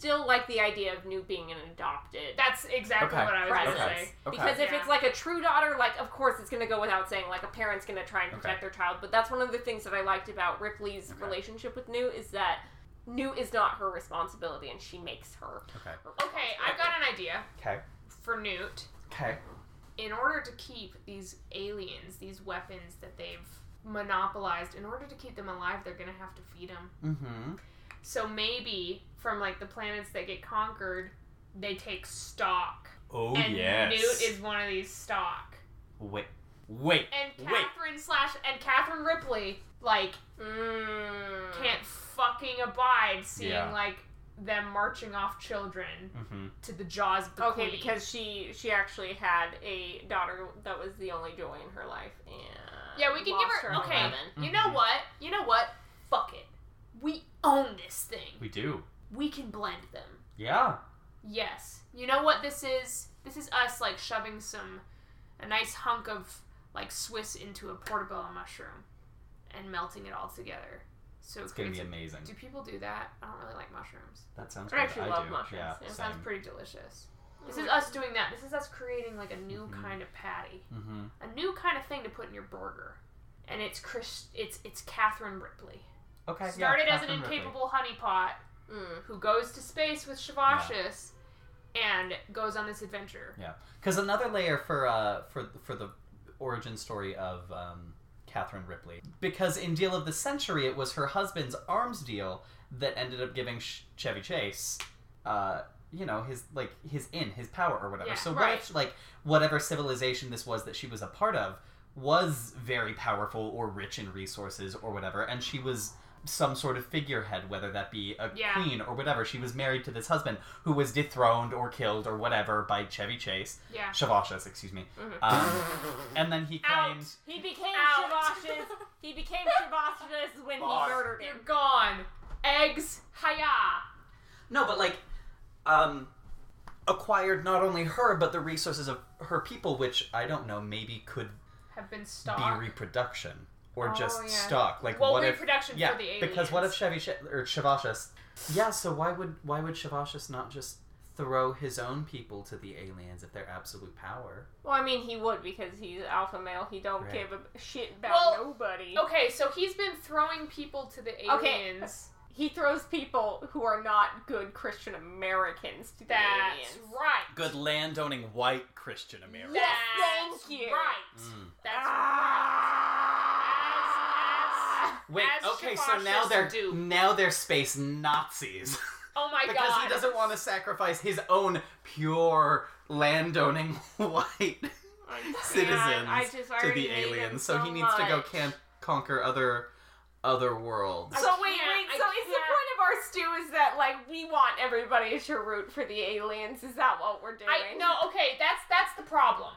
Speaker 6: still like the idea of New being an adopted.
Speaker 1: That's exactly
Speaker 7: Okay.
Speaker 1: what I was gonna
Speaker 6: Presence.
Speaker 1: say.
Speaker 7: Okay.
Speaker 6: Because if
Speaker 1: Yeah.
Speaker 6: it's like a true daughter, like of course it's gonna go without saying, like a parent's gonna try and protect
Speaker 7: Okay.
Speaker 6: their child. But that's one of the things that I liked about Ripley's
Speaker 7: Okay.
Speaker 6: relationship with New is that New is not her responsibility, and she makes her.
Speaker 7: Okay.
Speaker 1: Okay, I've got an idea
Speaker 7: Okay.
Speaker 1: for Newt.
Speaker 7: Okay.
Speaker 1: In order to keep these aliens, these weapons that they've monopolized, in order to keep them alive, they're gonna have to feed them.
Speaker 7: Mm-hmm.
Speaker 1: So maybe from like the planets that get conquered, they take stock.
Speaker 7: Oh
Speaker 1: and
Speaker 7: yes.
Speaker 1: Newt is one of these stock.
Speaker 7: Wait. Wait.
Speaker 1: And
Speaker 7: Wait.
Speaker 1: Catherine slash and Catherine Ripley like
Speaker 6: Mm.
Speaker 1: can't fucking abide seeing
Speaker 7: Yeah.
Speaker 1: like them marching off children
Speaker 7: Mm-hmm.
Speaker 1: to the jaws of the
Speaker 6: Okay,
Speaker 1: queen.
Speaker 6: because she she actually had a daughter that was the only joy in her life, and
Speaker 1: Yeah, we can give
Speaker 6: lost
Speaker 1: her-
Speaker 6: at
Speaker 1: okay.
Speaker 6: 11.
Speaker 1: you know
Speaker 7: Mhm.
Speaker 1: what? You know what? Fuck it. We own this thing.
Speaker 7: We do.
Speaker 1: We can blend them.
Speaker 7: Yeah.
Speaker 1: Yes. You know what this is? This is us like shoving some a nice hunk of like Swiss into a portobello mushroom and melting it all together. So
Speaker 7: It's gonna be amazing.
Speaker 1: Do people do that? I don't really like mushrooms.
Speaker 7: That sounds.
Speaker 6: I
Speaker 7: good.
Speaker 6: actually love
Speaker 7: do.
Speaker 6: mushrooms.
Speaker 7: Yeah.
Speaker 1: It
Speaker 7: same.
Speaker 1: sounds pretty delicious. This
Speaker 6: Mm-hmm.
Speaker 1: is us doing that. This is us creating like a new
Speaker 7: Mhm.
Speaker 1: kind of patty,
Speaker 7: Mm-hmm.
Speaker 1: a new kind of thing to put in your burger, and it's Chris. It's it's Catherine Ripley.
Speaker 7: Okay. yeah,
Speaker 1: Started as an
Speaker 7: Catherine Ripley.
Speaker 1: incapable honeypot
Speaker 6: Mm.
Speaker 1: who goes to space with Shavashis and goes on this adventure.
Speaker 7: Yeah, because another layer for uh for for the origin story of um, Catherine Ripley, because in Deal of the Century, it was her husband's arms deal that ended up giving Sh- Chevy Chase, uh, you know, his like his in his power or whatever.
Speaker 1: Yeah,
Speaker 7: so what
Speaker 1: right.
Speaker 7: if like whatever civilization this was that she was a part of was very powerful or rich in resources or whatever, and she was some sort of figurehead, whether that be a
Speaker 1: Yeah.
Speaker 7: queen or whatever. She was married to this husband who was dethroned or killed or whatever by Chevy Chase.
Speaker 1: Yeah. Mm-hmm.
Speaker 7: Shavashas, excuse me. Um, and then he
Speaker 1: Out.
Speaker 7: claimed,
Speaker 6: He became
Speaker 1: Out.
Speaker 6: Shabash's. He became Shabash's when he murdered
Speaker 1: You're
Speaker 6: him.
Speaker 1: gone. Eggs, hiya.
Speaker 7: no, but like, um, acquired not only her but the resources of her people, which I don't know, maybe could
Speaker 1: Have been stopped.
Speaker 7: be reproduction or
Speaker 1: Oh,
Speaker 7: just
Speaker 1: yeah.
Speaker 7: stock. Like,
Speaker 1: well,
Speaker 7: what if?
Speaker 1: reproduction
Speaker 7: Yeah,
Speaker 1: for the aliens.
Speaker 7: because what if Chevy Sh- or Shavashas? Yeah, so why would why would Shavashas not just throw his own people to the aliens if they're absolute power?
Speaker 6: Well, I mean, he would because he's alpha male. He don't
Speaker 7: Right.
Speaker 6: give a shit about
Speaker 1: Well,
Speaker 6: nobody.
Speaker 1: Okay, so he's been throwing people to the
Speaker 6: Okay.
Speaker 1: aliens.
Speaker 6: He throws people who are not good Christian Americans to the
Speaker 1: That's
Speaker 6: aliens.
Speaker 1: right.
Speaker 7: Good landowning white Christian America.
Speaker 1: That's
Speaker 6: Yes, thank you. Ah.
Speaker 1: Right.
Speaker 7: Mm.
Speaker 1: That's right. As- as-
Speaker 7: Wait,
Speaker 1: as
Speaker 7: okay, so now
Speaker 1: Shabashas
Speaker 7: they're
Speaker 1: do.
Speaker 7: now they're space Nazis
Speaker 1: Oh my
Speaker 7: because
Speaker 1: god.
Speaker 7: he doesn't want to sacrifice his own pure landowning white citizens
Speaker 6: I just
Speaker 7: to
Speaker 6: already
Speaker 7: the
Speaker 6: hate him
Speaker 7: aliens.
Speaker 6: so
Speaker 7: he needs to go
Speaker 6: much.
Speaker 7: can- conquer other other worlds.
Speaker 1: I
Speaker 6: So wait,
Speaker 1: can't-
Speaker 6: wait.
Speaker 1: I
Speaker 6: So is the
Speaker 1: can't.
Speaker 6: point of our stew is that like we want everybody to root for the aliens? Is that what we're doing?
Speaker 1: I no. Okay, that's that's the problem.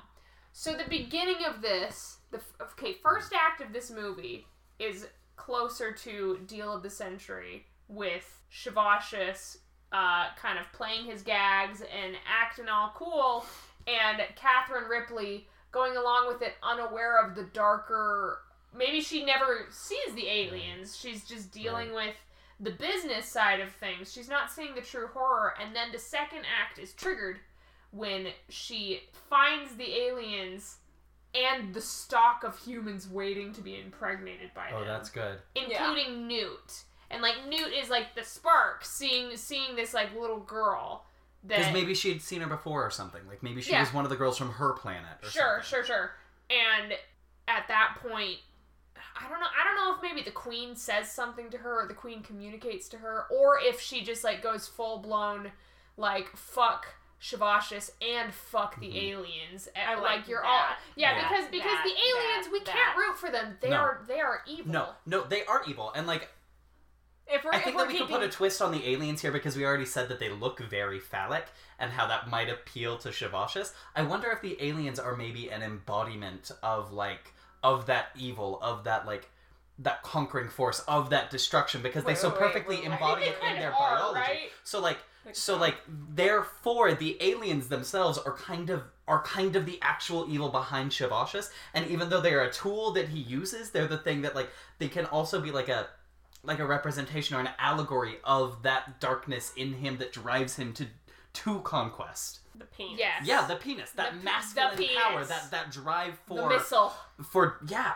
Speaker 1: So the beginning of this, the f- okay, first act of this movie is closer to Deal of the Century with Shavashis uh, kind of playing his gags and acting all cool, and Catherine Ripley going along with it, unaware of the darker. Maybe she never sees the aliens. She's just dealing with the business side of things. She's not seeing the true horror. And then the second act is triggered when she finds the aliens and the stock of humans waiting to be impregnated by
Speaker 7: Oh,
Speaker 1: them,
Speaker 7: good.
Speaker 1: including Newt. And like Newt is like the spark, seeing seeing this like little girl
Speaker 7: Because
Speaker 1: that
Speaker 7: maybe she'd seen her before or something. Like maybe she
Speaker 1: Yeah.
Speaker 7: was one of the girls from her planet. Or
Speaker 1: sure,
Speaker 7: something.
Speaker 1: sure, sure. And at that point, I don't know. I don't know if maybe the queen says something to her, or the queen communicates to her, or if she just like goes full blown, like fuck Shavashis and fuck the
Speaker 7: Mm-hmm.
Speaker 1: aliens. And,
Speaker 6: I
Speaker 1: like
Speaker 6: like
Speaker 1: you're
Speaker 6: that,
Speaker 1: all yeah,
Speaker 7: that,
Speaker 1: because because
Speaker 6: that,
Speaker 1: the aliens
Speaker 6: that,
Speaker 1: we
Speaker 6: that.
Speaker 1: can't root for them. They
Speaker 7: No.
Speaker 1: are they are evil.
Speaker 7: No, no, they are evil. And like
Speaker 6: If we're,
Speaker 7: I
Speaker 6: if
Speaker 7: think
Speaker 6: we're
Speaker 7: that we could
Speaker 6: keeping,
Speaker 7: put a twist on the aliens here because we already said that they look very phallic and how that might appeal to Shavashis. I wonder if the aliens are maybe an embodiment of like of that evil, of that like that conquering force of that destruction because they
Speaker 6: Wait,
Speaker 7: so
Speaker 6: wait, wait,
Speaker 7: perfectly
Speaker 6: wait, wait.
Speaker 7: embody
Speaker 1: They
Speaker 7: it in
Speaker 1: kind
Speaker 7: their
Speaker 1: of are,
Speaker 7: biology.
Speaker 1: right?
Speaker 7: So like so like therefore the aliens themselves are kind of are kind of the actual evil behind Shivashis and even though they are a tool that he uses they're the thing that like they can also be like a like a representation or an allegory of that darkness in him that drives him to to conquest.
Speaker 6: The pain.
Speaker 1: Yes.
Speaker 7: Yeah, the penis, that
Speaker 1: The pe-
Speaker 7: masculine
Speaker 1: the
Speaker 7: power,
Speaker 1: penis.
Speaker 7: that that drive
Speaker 1: The
Speaker 7: for
Speaker 1: missile.
Speaker 7: for yeah,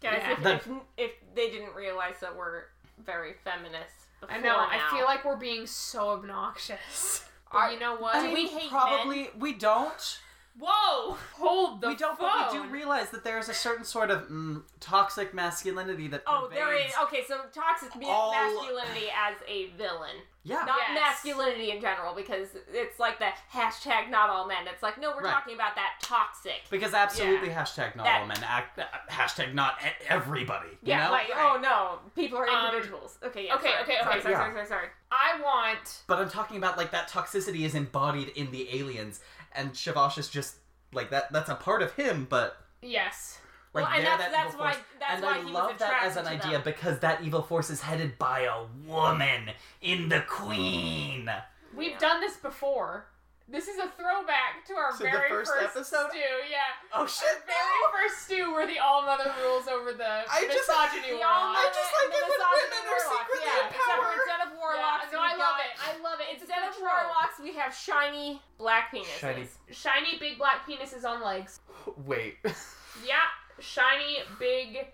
Speaker 6: Guys,
Speaker 1: Yeah.
Speaker 6: if,
Speaker 7: The-
Speaker 6: if, if they didn't realize that we're very feminist before
Speaker 1: I know. I
Speaker 6: now.
Speaker 1: feel like we're being so obnoxious. But
Speaker 6: Are-
Speaker 1: you know what?
Speaker 7: I mean,
Speaker 6: we hate
Speaker 7: probably we don't.
Speaker 1: Whoa! Hold the
Speaker 7: we don't,
Speaker 1: phone.
Speaker 7: but we do realize that there is a certain sort of mm, toxic masculinity that.
Speaker 6: Oh, there
Speaker 7: pervades-
Speaker 6: is. Okay, so toxic ma-
Speaker 7: All-
Speaker 6: masculinity as a villain.
Speaker 7: Yeah,
Speaker 6: Not
Speaker 1: Yes.
Speaker 6: masculinity in general, because it's like the hashtag not all men. It's like, no, we're
Speaker 7: Right.
Speaker 6: talking about that toxic.
Speaker 7: because absolutely hashtag not
Speaker 6: That-
Speaker 7: all men. Act, uh, hashtag not e- everybody. You
Speaker 6: Yeah,
Speaker 7: know?
Speaker 6: like, oh no, people are
Speaker 1: Um,
Speaker 6: individuals. okay, yeah,
Speaker 1: okay,
Speaker 6: sorry.
Speaker 1: okay,
Speaker 6: sorry,
Speaker 1: okay.
Speaker 6: Sorry,
Speaker 7: Yeah.
Speaker 6: sorry, sorry, sorry.
Speaker 1: I want.
Speaker 7: But I'm talking about like that toxicity is embodied in the aliens, and Shivash is just like that. That's a part of him, but.
Speaker 1: Yes.
Speaker 7: Like
Speaker 6: Well, and
Speaker 7: they're
Speaker 6: that's-
Speaker 7: that
Speaker 6: that's
Speaker 7: evil
Speaker 6: why-
Speaker 7: force.
Speaker 6: that's
Speaker 7: and
Speaker 6: why
Speaker 7: I
Speaker 6: he was
Speaker 7: love that as
Speaker 6: attracted
Speaker 7: an
Speaker 6: to
Speaker 7: idea
Speaker 6: them.
Speaker 7: because that evil force is headed by a woman in the queen.
Speaker 1: We've done this before. This is a throwback to our
Speaker 7: To the
Speaker 1: very
Speaker 7: first episode?
Speaker 1: stew. Yeah.
Speaker 7: Oh shit! no!
Speaker 1: Very first stew where the all mother rules over the
Speaker 7: I just-
Speaker 1: misogyny
Speaker 6: The
Speaker 1: world.
Speaker 6: all-mother
Speaker 7: I just like
Speaker 6: and the
Speaker 7: it when
Speaker 6: Uh, misogyny
Speaker 7: women are
Speaker 6: warlocks,
Speaker 7: secretly
Speaker 6: yeah,
Speaker 7: in
Speaker 6: Except
Speaker 7: power.
Speaker 6: for instead of warlocks,
Speaker 1: no, I
Speaker 6: we
Speaker 1: love
Speaker 6: got-
Speaker 1: it. I love it. It's
Speaker 6: Instead
Speaker 1: a
Speaker 6: of
Speaker 1: good trope.
Speaker 6: warlocks, we have shiny black penises.
Speaker 7: Shiny.
Speaker 1: shiny big black penises on legs.
Speaker 7: Wait.
Speaker 1: Yeah, shiny big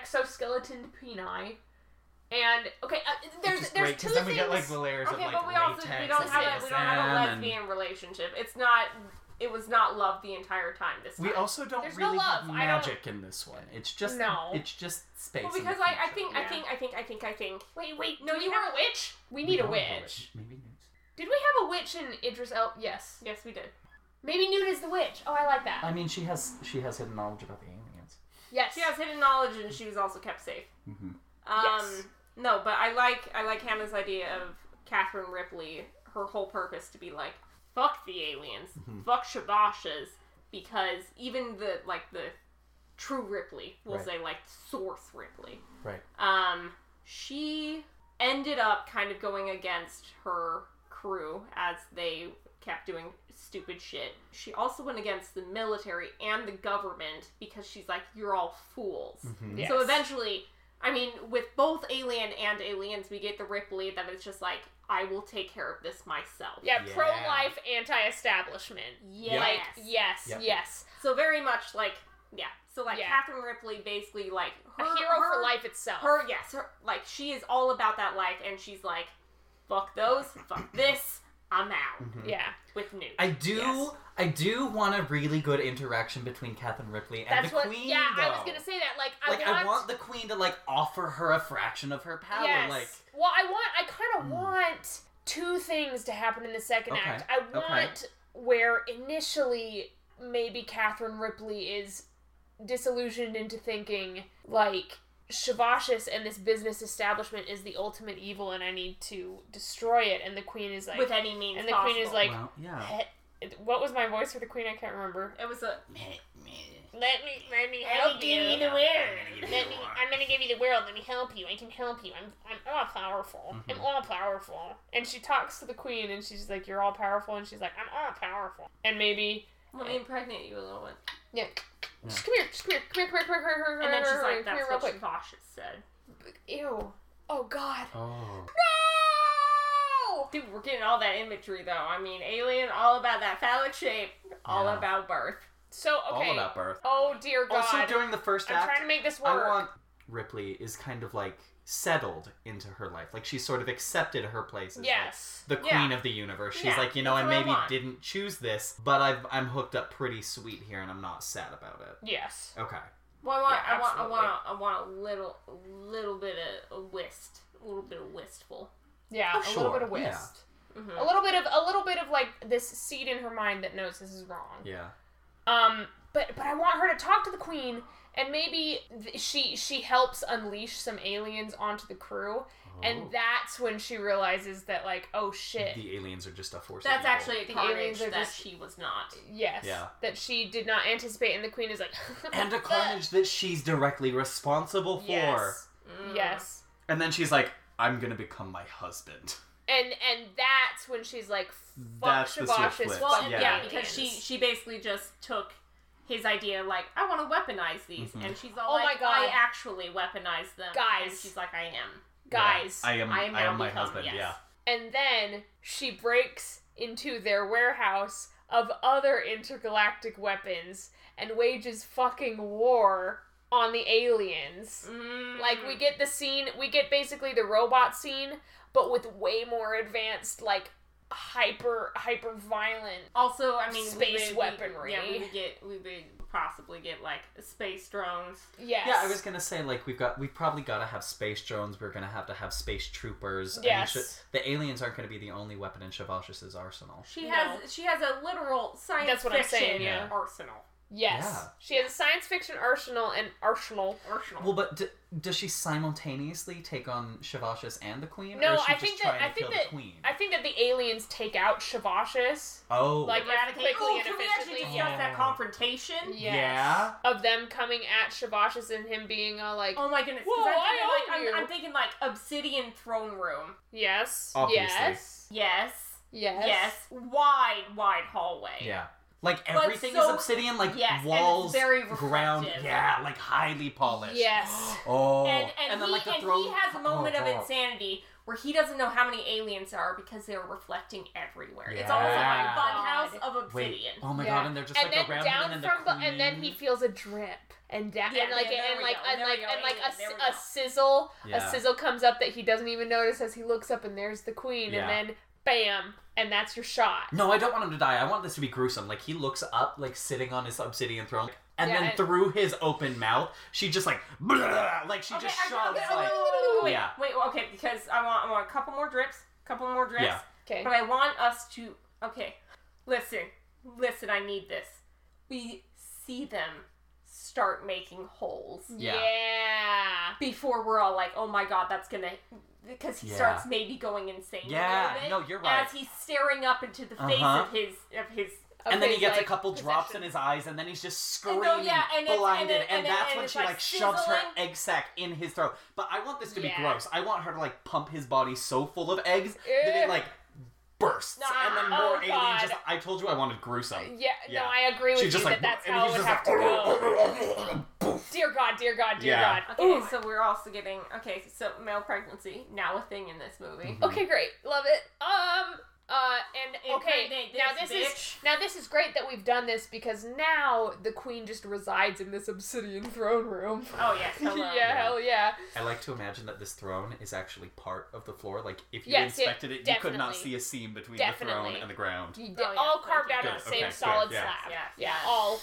Speaker 1: exoskeleton peni. And okay, uh, there's
Speaker 7: Just
Speaker 1: there's
Speaker 7: wait,
Speaker 1: two
Speaker 7: 'cause then we
Speaker 1: things.
Speaker 7: get like the layers
Speaker 6: Okay,
Speaker 7: of like
Speaker 6: but we also
Speaker 7: latex
Speaker 6: we don't
Speaker 7: and
Speaker 6: have a, we don't have a
Speaker 7: ASM
Speaker 6: lesbian relationship. It's not. It was not love the entire time. This
Speaker 7: And... We
Speaker 6: time.
Speaker 7: also don't
Speaker 1: There's no
Speaker 7: really have
Speaker 1: love. I don't-
Speaker 7: magic in this one. It's just
Speaker 1: No.
Speaker 7: It's just space.
Speaker 6: well,
Speaker 7: in the
Speaker 6: because I, I
Speaker 7: future.
Speaker 6: think I
Speaker 1: Yeah.
Speaker 6: think I think I think I think
Speaker 1: wait, wait.
Speaker 6: No,
Speaker 1: No, you
Speaker 6: you
Speaker 1: have
Speaker 6: have-
Speaker 1: a witch. We
Speaker 7: We
Speaker 1: need a
Speaker 7: don't have
Speaker 1: witch.
Speaker 7: Maybe.
Speaker 1: Did we have a witch in Idris El? Yes.
Speaker 6: yes, we did.
Speaker 1: Maybe Nude is the witch. Oh, I like that.
Speaker 7: I mean, she has she has hidden knowledge about the aliens.
Speaker 1: yes.
Speaker 6: She has hidden knowledge, and she was also kept safe.
Speaker 7: Mhm.
Speaker 6: Um,
Speaker 1: Yes.
Speaker 6: No, but I like I like Hannah's idea of Catherine Ripley. Her whole purpose to be like, fuck the aliens,
Speaker 7: Mm-hmm.
Speaker 6: fuck Shabashas, because even the like the true Ripley, we'll
Speaker 7: Right.
Speaker 6: say like source Ripley.
Speaker 7: Right.
Speaker 6: um, she ended up kind of going against her crew as they kept doing stupid shit. She also went against the military and the government because she's like, you're all fools.
Speaker 7: Mm-hmm.
Speaker 1: Yes.
Speaker 6: So eventually, I mean, with both Alien and Aliens, we get the Ripley that is just like, I will take care of this myself.
Speaker 1: Yeah,
Speaker 7: Yeah.
Speaker 1: pro life, anti establishment.
Speaker 6: Yes.
Speaker 1: Like, yes,
Speaker 7: Yep.
Speaker 1: yes.
Speaker 6: So very much like, yeah. So like
Speaker 1: Yeah.
Speaker 6: Catherine Ripley basically like
Speaker 1: A
Speaker 6: her,
Speaker 1: hero for
Speaker 6: her-
Speaker 1: life itself.
Speaker 6: her yes her like she is all about that life and she's like fuck those fuck this i'm out
Speaker 1: yeah.
Speaker 7: Mm.
Speaker 6: with new
Speaker 7: Mm-hmm. I do.
Speaker 1: Yes.
Speaker 7: I do want a really good interaction between Catherine Ripley and
Speaker 1: That's
Speaker 7: the
Speaker 1: what.
Speaker 7: Queen.
Speaker 1: yeah, I was
Speaker 7: though.
Speaker 1: gonna say that. Like, I
Speaker 7: Like
Speaker 1: want.
Speaker 7: I want the Queen to like offer her a fraction of her power.
Speaker 1: yes.
Speaker 7: Like Hmm.
Speaker 1: well, I want. I kind of want two things to happen in the second
Speaker 7: Okay,
Speaker 1: act. I
Speaker 7: okay.
Speaker 1: want where initially maybe Catherine Ripley is disillusioned into thinking like Shavashis and this business establishment is the ultimate evil, and I need to destroy it. And the Queen is like,
Speaker 6: with any means
Speaker 1: and the Queen is
Speaker 6: possible.
Speaker 1: like,
Speaker 7: well, yeah.
Speaker 1: "Heh." what was my voice for the Queen? I can't remember.
Speaker 6: it was a
Speaker 1: Let me let me help you. Give the world. Let me. I'm gonna give you the world. Let me help you. I can help you. I'm I'm all powerful. I'm all powerful. And she talks to the queen, and she's like, "You're all powerful," and she's like, "I'm all powerful." And maybe
Speaker 6: let me impregnate you a little bit
Speaker 1: yeah. Just come here, just come here, come here, come here, come here, come here,
Speaker 6: and then she's like
Speaker 1: come here,
Speaker 6: that's
Speaker 1: real
Speaker 6: what
Speaker 1: quick.
Speaker 6: Vosh said
Speaker 1: Ew. Oh God.
Speaker 7: Oh.
Speaker 1: No.
Speaker 6: dude we're getting all that imagery though i mean alien all about that phallic shape all
Speaker 7: Yeah.
Speaker 6: about birth
Speaker 1: So okay.
Speaker 7: All about birth.
Speaker 1: Oh dear God.
Speaker 7: Also during the first
Speaker 1: I'm
Speaker 7: act,
Speaker 1: trying to make this
Speaker 7: I
Speaker 1: work.
Speaker 7: want Ripley is kind of like settled into her life. Like she's sort of accepted her place as like,
Speaker 1: yes.
Speaker 7: the
Speaker 6: Yeah.
Speaker 7: queen of the universe. She's
Speaker 6: Yeah,
Speaker 7: like, you know,
Speaker 6: that's
Speaker 7: I
Speaker 6: what I
Speaker 7: maybe
Speaker 6: want.
Speaker 7: didn't choose this, but I've I'm hooked up pretty sweet here, and I'm not sad about it.
Speaker 1: Yes.
Speaker 7: Okay.
Speaker 6: well i want
Speaker 1: Yeah,
Speaker 6: i want i
Speaker 1: absolutely.
Speaker 6: want a, i want a little a little bit of a whist a little bit of wistful
Speaker 1: Yeah. a
Speaker 7: Oh,
Speaker 1: little
Speaker 7: sure,
Speaker 1: bit of whist.
Speaker 7: yeah.
Speaker 6: Mhm.
Speaker 1: A little bit of a little bit of like this seed in her mind that knows this is wrong.
Speaker 7: Yeah.
Speaker 1: Um, but but I want her to talk to the queen and maybe th- she she helps unleash some aliens onto the crew, and that's when she realizes that like oh shit,
Speaker 7: Oh. the aliens are just a force. of
Speaker 6: That's
Speaker 7: evil.
Speaker 6: actually a
Speaker 1: The
Speaker 6: carnage
Speaker 1: aliens are
Speaker 6: that
Speaker 1: just-
Speaker 6: she was not.
Speaker 1: yes,
Speaker 7: Yeah.
Speaker 1: that she did not anticipate, and the queen is like,
Speaker 7: and a carnage that she's directly responsible for.
Speaker 1: yes,
Speaker 6: Mm. Mm-hmm.
Speaker 1: yes,
Speaker 7: And then she's like, "I'm gonna become my husband."
Speaker 1: and and that's when she's like, fuck
Speaker 7: That's the switch
Speaker 1: Shabash's
Speaker 7: flip.
Speaker 6: Well,
Speaker 1: fucking
Speaker 6: and
Speaker 7: Yeah.
Speaker 6: yeah, because she
Speaker 1: aliens.
Speaker 6: she basically just took his idea like I want to weaponize these,
Speaker 7: Mm-hmm.
Speaker 6: and she's all
Speaker 1: Oh
Speaker 6: like,
Speaker 1: my God.
Speaker 6: I actually weaponize them,
Speaker 1: Guys.
Speaker 6: And she's like, I am.
Speaker 1: guys,
Speaker 7: I am.
Speaker 6: I
Speaker 7: I
Speaker 6: am
Speaker 7: am,
Speaker 6: now
Speaker 7: my
Speaker 6: become-
Speaker 7: husband.
Speaker 6: yes.
Speaker 7: Yeah.
Speaker 1: and then she breaks into their warehouse of other intergalactic weapons and wages fucking war on the aliens. Like we get the scene, we get basically the robot scene, but with way more advanced, like hyper hyper violent.
Speaker 6: Also, I mean, we
Speaker 1: Space
Speaker 6: would- we-
Speaker 1: weaponry.
Speaker 6: yeah, we would get we would possibly get like space drones.
Speaker 1: Yes.
Speaker 7: Yeah, I was gonna say like we've got we've probably got to have space drones. We're gonna have to have space troopers. I mean,
Speaker 1: Yes.
Speaker 7: sh- the aliens aren't gonna be the only weapon in Chevalius's arsenal.
Speaker 6: She
Speaker 1: No.
Speaker 6: has she has a literal science
Speaker 1: That's what I'm
Speaker 6: fiction
Speaker 1: saying, yeah.
Speaker 6: arsenal.
Speaker 1: yes.
Speaker 7: Yeah.
Speaker 1: She has a science fiction arsenal and arsenal.
Speaker 6: Arsenal.
Speaker 7: Well, but d- does she simultaneously take on Chevalius and the queen? or
Speaker 1: No,
Speaker 7: is she
Speaker 1: I
Speaker 7: just
Speaker 1: think
Speaker 7: trying
Speaker 1: that
Speaker 7: to
Speaker 1: I think
Speaker 7: kill
Speaker 1: that
Speaker 7: the queen?
Speaker 1: I think that the aliens take out Shavashis.
Speaker 7: oh,
Speaker 1: Like quickly
Speaker 6: oh,
Speaker 1: and
Speaker 6: can we
Speaker 1: efficiently.
Speaker 6: actually discuss
Speaker 7: Yeah.
Speaker 6: that confrontation?
Speaker 1: Yes.
Speaker 7: Yeah?
Speaker 1: Of them coming at Shabash's and him being all like,
Speaker 6: Oh my goodness! 'cause
Speaker 1: Whoa, I
Speaker 6: I'm,
Speaker 1: own
Speaker 6: thinking, like,
Speaker 1: you.
Speaker 6: I'm, I'm thinking like obsidian throne room.
Speaker 1: yes,
Speaker 7: Obviously.
Speaker 1: yes,
Speaker 6: Yes.
Speaker 1: yes,
Speaker 6: Yes. Wide, wide hallway.
Speaker 7: yeah. Like everything
Speaker 6: so-
Speaker 7: is obsidian, like
Speaker 6: yes, and it's
Speaker 7: walls,
Speaker 6: very
Speaker 7: ground,
Speaker 6: reflective.
Speaker 7: yeah, like highly polished.
Speaker 1: Yes.
Speaker 7: Oh,
Speaker 6: And, and, he, and he has a moment
Speaker 7: oh,
Speaker 6: of
Speaker 7: oh.
Speaker 6: insanity where he doesn't know how many aliens there are because they're reflecting everywhere. It's almost like a
Speaker 7: Yeah.
Speaker 6: funhouse of
Speaker 7: Wait,
Speaker 6: obsidian.
Speaker 7: oh my
Speaker 1: Yeah.
Speaker 7: god, and they're just
Speaker 1: and
Speaker 7: like
Speaker 1: then
Speaker 7: around
Speaker 1: down
Speaker 7: him and then
Speaker 1: from
Speaker 7: the
Speaker 1: the, and then
Speaker 7: queen-
Speaker 1: he feels a drip, and da-
Speaker 6: Yeah,
Speaker 1: and like
Speaker 6: yeah, there
Speaker 1: and
Speaker 6: we
Speaker 1: like
Speaker 6: go,
Speaker 1: and
Speaker 6: there we
Speaker 1: like
Speaker 6: go,
Speaker 1: and like a,
Speaker 6: alien,
Speaker 1: s-
Speaker 6: there we
Speaker 1: a
Speaker 6: go.
Speaker 1: sizzle,
Speaker 7: Yeah.
Speaker 1: a sizzle comes up that he doesn't even notice as he looks up, and there's the queen,
Speaker 7: Yeah.
Speaker 1: and then bam, and that's your shot.
Speaker 7: No, I don't want him to die. I want this to be gruesome. Like he looks up, like sitting on his obsidian throne, and
Speaker 1: Yeah,
Speaker 7: then
Speaker 1: and-
Speaker 7: through his open mouth, she just like, blah, like she just
Speaker 6: I-
Speaker 7: shoves.
Speaker 6: okay,
Speaker 7: like,
Speaker 6: wait, wait, wait, wait,
Speaker 7: Yeah.
Speaker 6: wait, well, okay, because I want I want a couple more drips, couple more drips.
Speaker 7: Yeah.
Speaker 1: Okay,
Speaker 6: But I want us to okay, listen, listen. I need this. We see them start making holes.
Speaker 7: yeah.
Speaker 1: yeah.
Speaker 6: before we're all like, oh my god, that's gonna. Because he
Speaker 7: Yeah.
Speaker 6: starts maybe going insane. a
Speaker 7: Yeah,
Speaker 6: little bit
Speaker 7: no, you're right.
Speaker 6: As he's staring up into the face
Speaker 7: Uh-huh.
Speaker 6: of his of his.
Speaker 7: And then
Speaker 1: Okay,
Speaker 7: he gets
Speaker 1: like,
Speaker 7: a couple drops in
Speaker 1: possession.
Speaker 7: his eyes, and then he's just
Speaker 6: And
Speaker 7: screaming,
Speaker 6: no, yeah, and it's- and
Speaker 7: blinded,
Speaker 6: it-
Speaker 7: and,
Speaker 6: and it-
Speaker 7: that's
Speaker 6: and
Speaker 7: when
Speaker 6: it's
Speaker 7: she
Speaker 6: like
Speaker 7: like, shoves her
Speaker 6: sizzling.
Speaker 7: egg sac in his throat. But I want this to be
Speaker 1: Yeah.
Speaker 7: gross. I want her to like pump his body so full of eggs that it
Speaker 1: Ew.
Speaker 7: like bursts, and then
Speaker 1: Nah,
Speaker 7: more
Speaker 1: oh
Speaker 7: alien.
Speaker 1: God.
Speaker 7: Just I told you I wanted gruesome.
Speaker 1: Yeah,
Speaker 7: Yeah.
Speaker 1: no, I agree with you
Speaker 7: She's just
Speaker 1: that
Speaker 7: like,
Speaker 1: that's
Speaker 7: and
Speaker 1: how it
Speaker 7: he's
Speaker 1: would
Speaker 7: just
Speaker 1: have
Speaker 7: like,
Speaker 1: to go. dear God, dear God, dear
Speaker 7: Yeah.
Speaker 1: God.
Speaker 6: Okay,
Speaker 1: Ooh.
Speaker 6: so we're also getting okay. So male pregnancy now a thing in this
Speaker 7: Mm-hmm.
Speaker 6: movie.
Speaker 1: Okay, great. Love it. Um uh and okay,
Speaker 6: Impregnate
Speaker 1: now
Speaker 6: this
Speaker 1: this
Speaker 6: bitch.
Speaker 1: is now this is great that we've done this because now the queen just resides in this obsidian throne room.
Speaker 6: Oh yes, hello. Oh,
Speaker 1: yeah, hell yeah.
Speaker 7: I like to imagine that this throne is actually part of the floor. Like if you
Speaker 1: Yes, yeah,
Speaker 7: inspected it, you could not
Speaker 1: definitely.
Speaker 7: see a seam between the
Speaker 1: Definitely.
Speaker 7: throne and the ground.
Speaker 1: You-
Speaker 6: yeah,
Speaker 1: all
Speaker 6: thank
Speaker 1: carved
Speaker 6: you.
Speaker 1: out of
Speaker 7: Good,
Speaker 1: the same
Speaker 7: okay,
Speaker 1: solid
Speaker 7: good, yeah.
Speaker 1: slab.
Speaker 6: Yes,
Speaker 1: yeah,
Speaker 6: yes.
Speaker 1: all.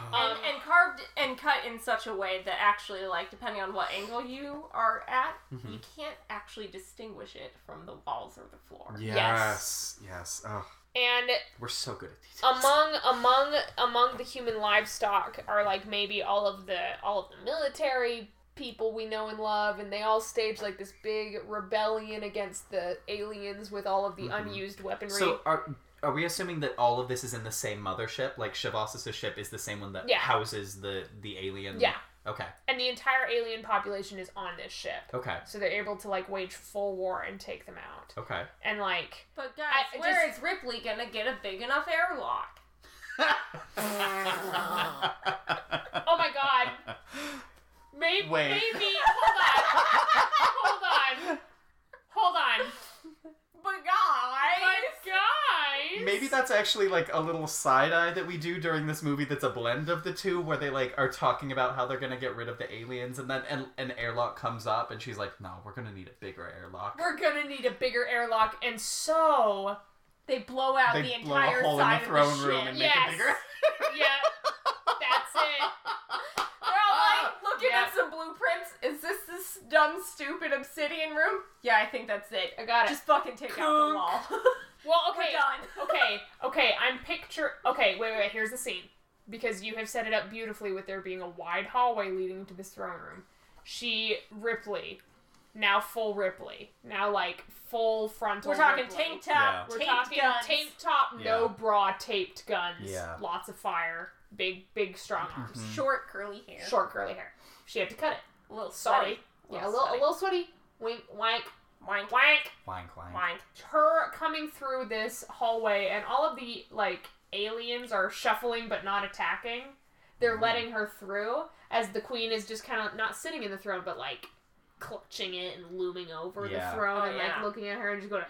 Speaker 6: And,
Speaker 1: Um,
Speaker 6: and carved and cut in such a way that actually, like, depending on what angle you are at,
Speaker 7: Mm-hmm.
Speaker 6: you can't actually distinguish it from the walls or the floor.
Speaker 1: Yes.
Speaker 7: Yes. Oh,
Speaker 1: and
Speaker 7: we're so good at these.
Speaker 1: among among among the human livestock are like maybe all of the all of the military people we know and love and they all stage like this big rebellion against the aliens with all of the
Speaker 7: Mm-hmm.
Speaker 1: unused weaponry
Speaker 7: So are are we assuming that all of this is in the same mothership? Like Shavas's ship is the same one that
Speaker 1: Yeah.
Speaker 7: houses the the alien.
Speaker 1: Yeah.
Speaker 7: Okay.
Speaker 1: and the entire alien population is on this ship
Speaker 7: Okay.
Speaker 1: so they're able to like wage full war and take them out
Speaker 7: Okay.
Speaker 1: and like
Speaker 6: But guys,
Speaker 1: I-
Speaker 6: where is
Speaker 1: just-
Speaker 6: Ripley gonna get a big enough airlock?
Speaker 1: oh my god maybe
Speaker 7: Wait.
Speaker 1: maybe hold on hold on hold on
Speaker 6: But guys,
Speaker 1: but guys
Speaker 7: Maybe that's actually like a little side eye that we do during this movie. That's a blend of the two, where they like are talking about how they're gonna get rid of the aliens, and then an, an airlock comes up, and she's like, "No, we're gonna need a bigger airlock."
Speaker 1: we're gonna need a bigger airlock, and so
Speaker 6: they blow out
Speaker 7: They
Speaker 6: the
Speaker 7: blow a
Speaker 6: entire
Speaker 7: hole in the
Speaker 6: side
Speaker 7: throne
Speaker 6: of the
Speaker 7: room
Speaker 6: ship.
Speaker 7: and- Make it
Speaker 1: yes,
Speaker 7: bigger?
Speaker 1: yeah, that's it.
Speaker 6: They're all like looking
Speaker 1: Uh, Yeah.
Speaker 6: at some blueprints. Is this this dumb, stupid obsidian room? Yeah, I think that's it.
Speaker 1: I got it.
Speaker 6: Just fucking take out the wall.
Speaker 1: Well, okay,
Speaker 6: We're done.
Speaker 1: okay, okay. I'm picture. Okay, wait, wait, wait. Here's the scene. because you have set it up beautifully with there being a wide hallway leading to this throne room. She, Ripley, now full Ripley, now like full frontal.
Speaker 6: We're talking
Speaker 1: Ripley.
Speaker 6: tank top,
Speaker 7: Yeah.
Speaker 1: We're
Speaker 6: taped
Speaker 1: talking
Speaker 6: guns.
Speaker 1: tape top, no
Speaker 7: Yeah.
Speaker 1: bra, taped guns.
Speaker 7: Yeah. Mm-hmm.
Speaker 1: Lots of fire, big, big, strong arms,
Speaker 6: short curly hair,
Speaker 1: Hmm. short curly hair. She had to cut it.
Speaker 6: a little
Speaker 1: Sorry.
Speaker 6: sorry,
Speaker 1: Yeah, a little, a little sweaty. Wink, wank,
Speaker 6: wank,
Speaker 1: wank.
Speaker 7: Wank, wank.
Speaker 6: wank.
Speaker 1: Her coming through this hallway, and all of the like aliens are shuffling but not attacking.
Speaker 7: Mm-hmm.
Speaker 1: They're letting her through as the queen is just kind of not sitting in the throne, but like clutching it and looming over
Speaker 7: Yeah.
Speaker 1: the throne
Speaker 6: Oh,
Speaker 1: and
Speaker 6: yeah.
Speaker 1: like looking at her and just going,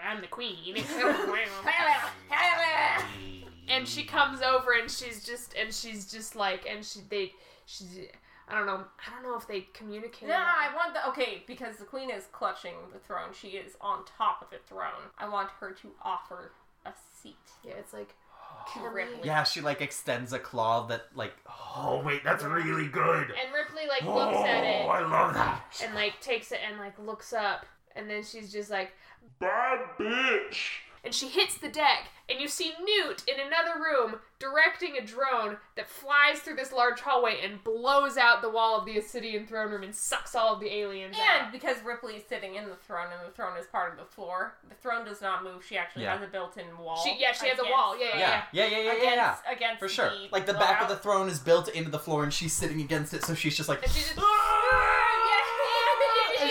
Speaker 1: "I'm the queen." and she comes over and she's just and she's just like and she they she's I don't know I don't know if they communicate.
Speaker 6: No, I want the okay because the queen is clutching the throne. She is on top of the throne. I want her to offer a seat
Speaker 1: yeah, it's like
Speaker 6: to Ripley.
Speaker 7: Yeah, she like extends a claw that like. Oh wait, that's really good.
Speaker 1: and Ripley like looks at
Speaker 7: Oh,
Speaker 1: it
Speaker 7: I love that.
Speaker 1: and like takes it and like looks up and then she's just like bad bitch and she hits the deck and you see Newt in another room directing a drone that flies through this large hallway and blows out the wall of the Obsidian throne room and sucks all of the aliens out.
Speaker 6: And because Ripley is sitting in the throne and the throne is part of the floor, the throne does not move. She actually
Speaker 7: Yeah.
Speaker 6: has a built-in wall.
Speaker 1: She, yeah, she has a wall. Yeah, yeah, yeah.
Speaker 7: Yeah, yeah, yeah, yeah,
Speaker 6: against,
Speaker 7: yeah. yeah.
Speaker 6: against
Speaker 7: For sure.
Speaker 6: the
Speaker 7: Like the back of the throne is built into the floor and she's sitting against it, so she's just like. "Ah!"
Speaker 1: And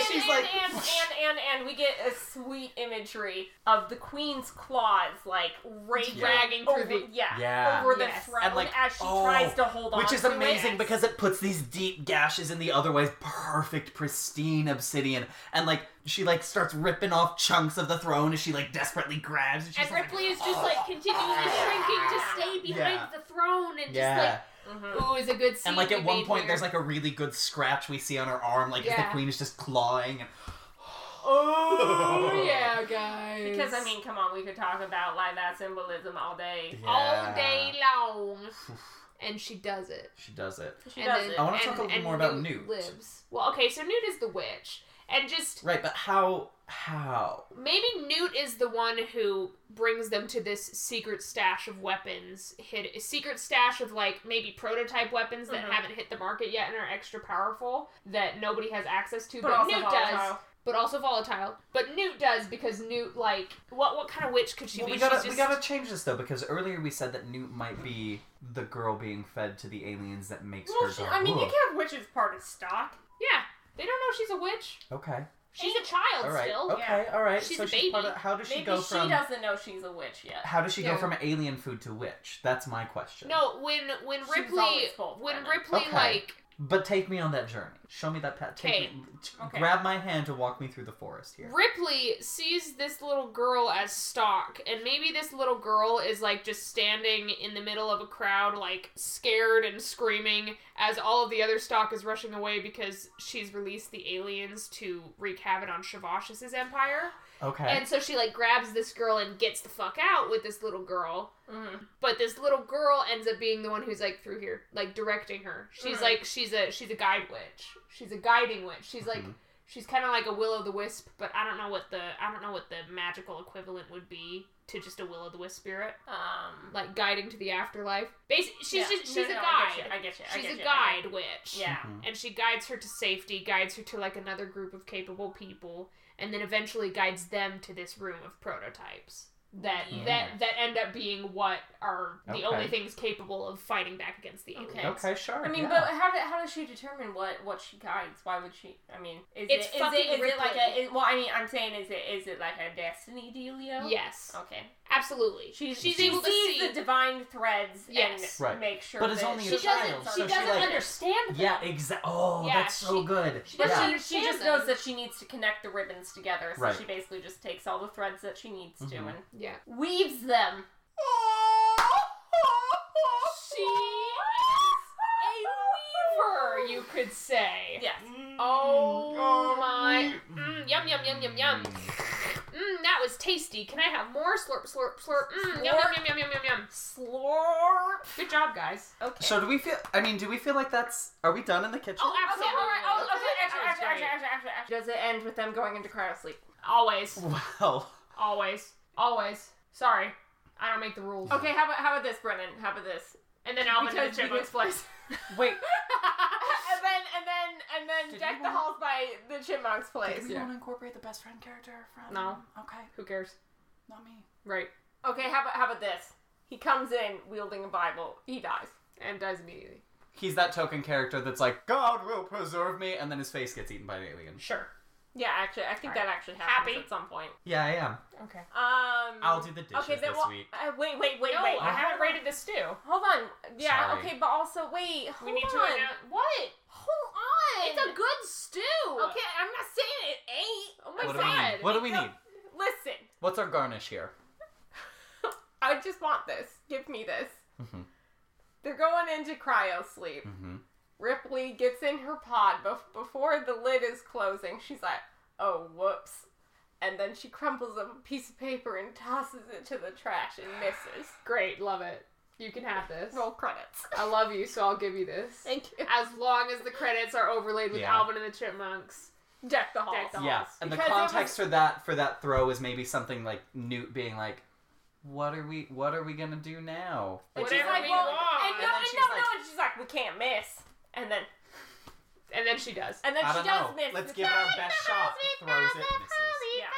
Speaker 6: and,
Speaker 1: she just-
Speaker 7: And she's like-
Speaker 6: and, and, and, and we get a sweet imagery of the queen's claws like raging
Speaker 1: Dragging
Speaker 6: over,
Speaker 1: through the-
Speaker 6: yeah,
Speaker 7: Yeah.
Speaker 6: over the
Speaker 1: Yes.
Speaker 6: throne
Speaker 7: And, like,
Speaker 6: as she
Speaker 7: oh,
Speaker 6: tries to hold on
Speaker 7: Which is
Speaker 6: to it.
Speaker 7: amazing because it puts these deep gashes in the otherwise perfect, pristine obsidian, and like she like starts ripping off chunks of the throne as she like desperately grabs. And, she's "Ah!"
Speaker 1: And Ripley is just like "Oh, continually shrinking to stay behind
Speaker 7: Yeah.
Speaker 1: the throne and
Speaker 7: yeah,
Speaker 6: Mm-hmm.
Speaker 1: just like, ooh, is a good scene.
Speaker 7: and like at
Speaker 1: we
Speaker 7: one
Speaker 1: made
Speaker 7: point
Speaker 1: here.
Speaker 7: there's like a really good scratch we see on her arm, like as the
Speaker 1: Yeah.
Speaker 7: queen is just clawing. And,
Speaker 1: oh yeah, guys.
Speaker 6: because I mean, come on, we could talk about like that symbolism all day.
Speaker 1: all
Speaker 7: Yeah.
Speaker 1: day long, and she does it.
Speaker 7: She does it.
Speaker 6: She
Speaker 1: and
Speaker 6: does
Speaker 1: then-
Speaker 6: it.
Speaker 7: I wanna talk
Speaker 1: and-
Speaker 7: a little
Speaker 1: and
Speaker 7: more about
Speaker 1: Newt
Speaker 7: Newt.
Speaker 1: Lives well. Okay, so Newt is the witch, and just
Speaker 7: Right, but how? How?
Speaker 1: maybe Newt is the one who brings them to this secret stash of weapons, hid secret stash of like maybe prototype weapons that
Speaker 6: Mhm.
Speaker 1: haven't hit the market yet and are extra powerful that nobody has access to,
Speaker 6: But
Speaker 1: but,
Speaker 6: also
Speaker 1: Newt does.
Speaker 6: volatile.
Speaker 1: But also volatile. But Newt does because Newt like what what kind of witch could she
Speaker 7: Well,
Speaker 1: be?
Speaker 7: we
Speaker 1: She's
Speaker 7: gotta we
Speaker 1: just-
Speaker 7: gotta change this though because earlier we said that Newt might be the girl being fed to the aliens that makes
Speaker 6: Well,
Speaker 7: her.
Speaker 6: she,
Speaker 7: go,
Speaker 6: I mean, you
Speaker 7: "Whoa."
Speaker 6: can have witches part of stock.
Speaker 1: Yeah. They don't know she's a witch.
Speaker 7: Okay.
Speaker 1: She's a child
Speaker 7: All right. Oh.
Speaker 1: still.
Speaker 7: Okay. All right.
Speaker 1: She's
Speaker 7: so
Speaker 1: a
Speaker 7: she's part
Speaker 1: baby.
Speaker 7: of, how does she
Speaker 6: Maybe
Speaker 7: go
Speaker 6: she
Speaker 7: from?
Speaker 6: doesn't know she's a witch yet.
Speaker 7: How does she
Speaker 1: Yeah.
Speaker 7: go from alien food to witch? That's my question.
Speaker 1: No, when when
Speaker 6: was
Speaker 1: Ripley
Speaker 6: always bold,
Speaker 1: when
Speaker 6: Brandon.
Speaker 1: Ripley
Speaker 7: Okay.
Speaker 1: like
Speaker 7: But take me on that journey. Show me that path. Take
Speaker 1: Okay.
Speaker 7: me, t-
Speaker 6: Okay.
Speaker 7: Grab my hand to walk me through the forest here.
Speaker 1: Ripley sees this little girl as stock, and maybe this little girl is like just standing in the middle of a crowd, like scared and screaming as all of the other stock is rushing away because she's released the aliens to wreak havoc on Shavash's empire.
Speaker 7: Okay.
Speaker 1: And so she like grabs this girl and gets the fuck out with this little girl.
Speaker 6: Mhm.
Speaker 1: But this little girl ends up being the one who's like through here, like directing her. She's
Speaker 6: Mhm.
Speaker 1: like she's a she's a guide witch. She's a guiding witch. She's like
Speaker 7: Mhm.
Speaker 1: she's kind of like a will o' the wisp, but I don't know what the I don't know what the magical equivalent would be to just a will o' the wisp spirit,
Speaker 6: Um,
Speaker 1: like guiding to the afterlife. Basically, she's
Speaker 6: yeah.
Speaker 1: just
Speaker 6: No,
Speaker 1: she's
Speaker 6: no,
Speaker 1: a
Speaker 6: no,
Speaker 1: guide.
Speaker 6: I get you. I get you. I get
Speaker 1: she's a
Speaker 6: you, I get
Speaker 1: guide witch.
Speaker 6: you. Yeah.
Speaker 7: Mhm.
Speaker 1: And she guides her to safety, guides her to like another group of capable people, and then eventually guides them to this room of prototypes that
Speaker 6: Yeah.
Speaker 1: that that end up being what are the
Speaker 7: Okay.
Speaker 1: only things capable of fighting back against the aliens.
Speaker 6: Okay.
Speaker 7: Okay. Sure.
Speaker 6: I mean,
Speaker 7: yeah.
Speaker 6: but how, do, how does she determine what, what she guides? Why would she? I mean, is
Speaker 1: It's
Speaker 6: it, is
Speaker 1: fucking
Speaker 6: it, is it like a?
Speaker 1: Ripley.
Speaker 6: is- well, I mean, I'm saying is it is it like a destiny dealio?
Speaker 1: Yes,
Speaker 6: Okay.
Speaker 1: absolutely.
Speaker 6: She's,
Speaker 1: she's
Speaker 6: she
Speaker 1: able to
Speaker 6: sees
Speaker 1: see.
Speaker 6: the divine threads
Speaker 1: Yes.
Speaker 6: and
Speaker 7: Right.
Speaker 6: make sure.
Speaker 7: But it's
Speaker 6: that
Speaker 7: only
Speaker 1: she
Speaker 7: a
Speaker 1: doesn't.
Speaker 7: child,
Speaker 1: she
Speaker 7: so she,
Speaker 1: doesn't
Speaker 7: like-
Speaker 1: understand. them.
Speaker 7: Yeah. Exactly. Oh,
Speaker 1: Yeah,
Speaker 7: that's so
Speaker 1: she-
Speaker 7: good.
Speaker 1: she
Speaker 6: But
Speaker 1: doesn't
Speaker 7: yeah.
Speaker 6: she, she just
Speaker 1: understand
Speaker 6: knows
Speaker 1: them.
Speaker 6: that she needs to connect the ribbons together, so
Speaker 7: Right.
Speaker 6: she basically just takes all the threads that she needs to
Speaker 7: Mhm.
Speaker 6: and
Speaker 1: Yeah.
Speaker 6: weaves them.
Speaker 1: She is a weaver, you could say.
Speaker 6: Yes.
Speaker 1: Oh my! Mm, yum yum yum yum yum. Mm, that was tasty. Can I have more? Slurp slurp slurp. Mm, yum yum yum yum yum yum yum.
Speaker 6: Slurp. Oh,
Speaker 1: Good job, guys.
Speaker 6: Okay.
Speaker 7: So do we feel? I mean, do we feel like that's? Are we done in the kitchen?
Speaker 1: Oh,
Speaker 6: Okay,
Speaker 1: absolutely.
Speaker 6: all right. Oh, okay,
Speaker 1: That
Speaker 6: actually,
Speaker 1: was
Speaker 6: actually,
Speaker 1: great.
Speaker 6: actually, actually, actually, actually. Does it end with them going into cryosleep?
Speaker 1: Always,
Speaker 7: Wow.
Speaker 1: always, always. Sorry, I don't make the rules.
Speaker 6: Okay, how about how about this, Brennan? How about this?
Speaker 1: And then Alvin and
Speaker 6: Because-
Speaker 1: the Chipmunks plays.
Speaker 3: Wait,
Speaker 6: and then and then and then
Speaker 3: Did
Speaker 6: Deck
Speaker 3: you
Speaker 6: the
Speaker 3: want-
Speaker 6: Halls by the Chipmunks plays.
Speaker 3: we want to incorporate the best friend character from?
Speaker 1: No.
Speaker 3: Okay,
Speaker 1: Who cares?
Speaker 3: not me.
Speaker 1: Right.
Speaker 6: Okay, how about how about this? He comes in wielding a Bible. He dies.
Speaker 1: And dies immediately.
Speaker 7: He's that token character that's like, God will preserve me, and then his face gets eaten by an alien.
Speaker 1: Sure.
Speaker 6: Yeah, actually, I think that actually happens
Speaker 1: Happy?
Speaker 6: at some point.
Speaker 7: Yeah, I am.
Speaker 1: Okay.
Speaker 6: Um,
Speaker 7: I'll do the dishes
Speaker 6: okay, then
Speaker 7: this
Speaker 6: well,
Speaker 7: week.
Speaker 6: uh, wait, wait, wait,
Speaker 1: No,
Speaker 6: wait.
Speaker 1: I haven't rated the stew.
Speaker 6: Hold on. Yeah.
Speaker 7: Sorry.
Speaker 6: Okay, but also wait. Hold
Speaker 1: We need to
Speaker 6: on.
Speaker 1: announce what?
Speaker 6: Hold on.
Speaker 1: It's a good stew.
Speaker 6: Okay, I'm not saying it ain't. Oh my
Speaker 7: What do we
Speaker 6: god.
Speaker 7: need? What do we need?
Speaker 6: Listen,
Speaker 7: What's our garnish here?
Speaker 6: I just want this. Give me this.
Speaker 7: Mm-hmm.
Speaker 6: They're going into cryo sleep.
Speaker 7: Mhm.
Speaker 6: Ripley gets in her pod bef- before the lid is closing. She's like, "Oh, whoops." And then she crumbles up a piece of paper and tosses it to the trash and misses.
Speaker 1: Great, love it. You can have this.
Speaker 6: Roll credits.
Speaker 1: I love you, so I'll give you this.
Speaker 6: Thank you.
Speaker 1: As long as the credits are overlaid with
Speaker 7: Yeah.
Speaker 1: Alvin and the Chipmunks.
Speaker 6: Deck the halls.
Speaker 1: Deck the
Speaker 7: Yeah,
Speaker 1: Yes.
Speaker 7: and the
Speaker 6: Because it was-
Speaker 7: context for that for that throw is maybe something like Newt being like, "What are we? What are we gonna do now?"
Speaker 6: And
Speaker 1: Whatever
Speaker 6: she's like,
Speaker 1: we
Speaker 6: well,
Speaker 1: want.
Speaker 6: and no,
Speaker 7: And then
Speaker 6: and
Speaker 7: she's
Speaker 6: no,
Speaker 7: like-
Speaker 6: no, and she's like, we can't miss. And then,
Speaker 1: And then she does.
Speaker 6: and then
Speaker 7: I
Speaker 6: she
Speaker 7: don't
Speaker 6: does
Speaker 7: know.
Speaker 6: miss.
Speaker 7: Let's
Speaker 6: the
Speaker 7: give it our
Speaker 6: thing.
Speaker 7: best shot. Throws it, misses.
Speaker 6: Yeah.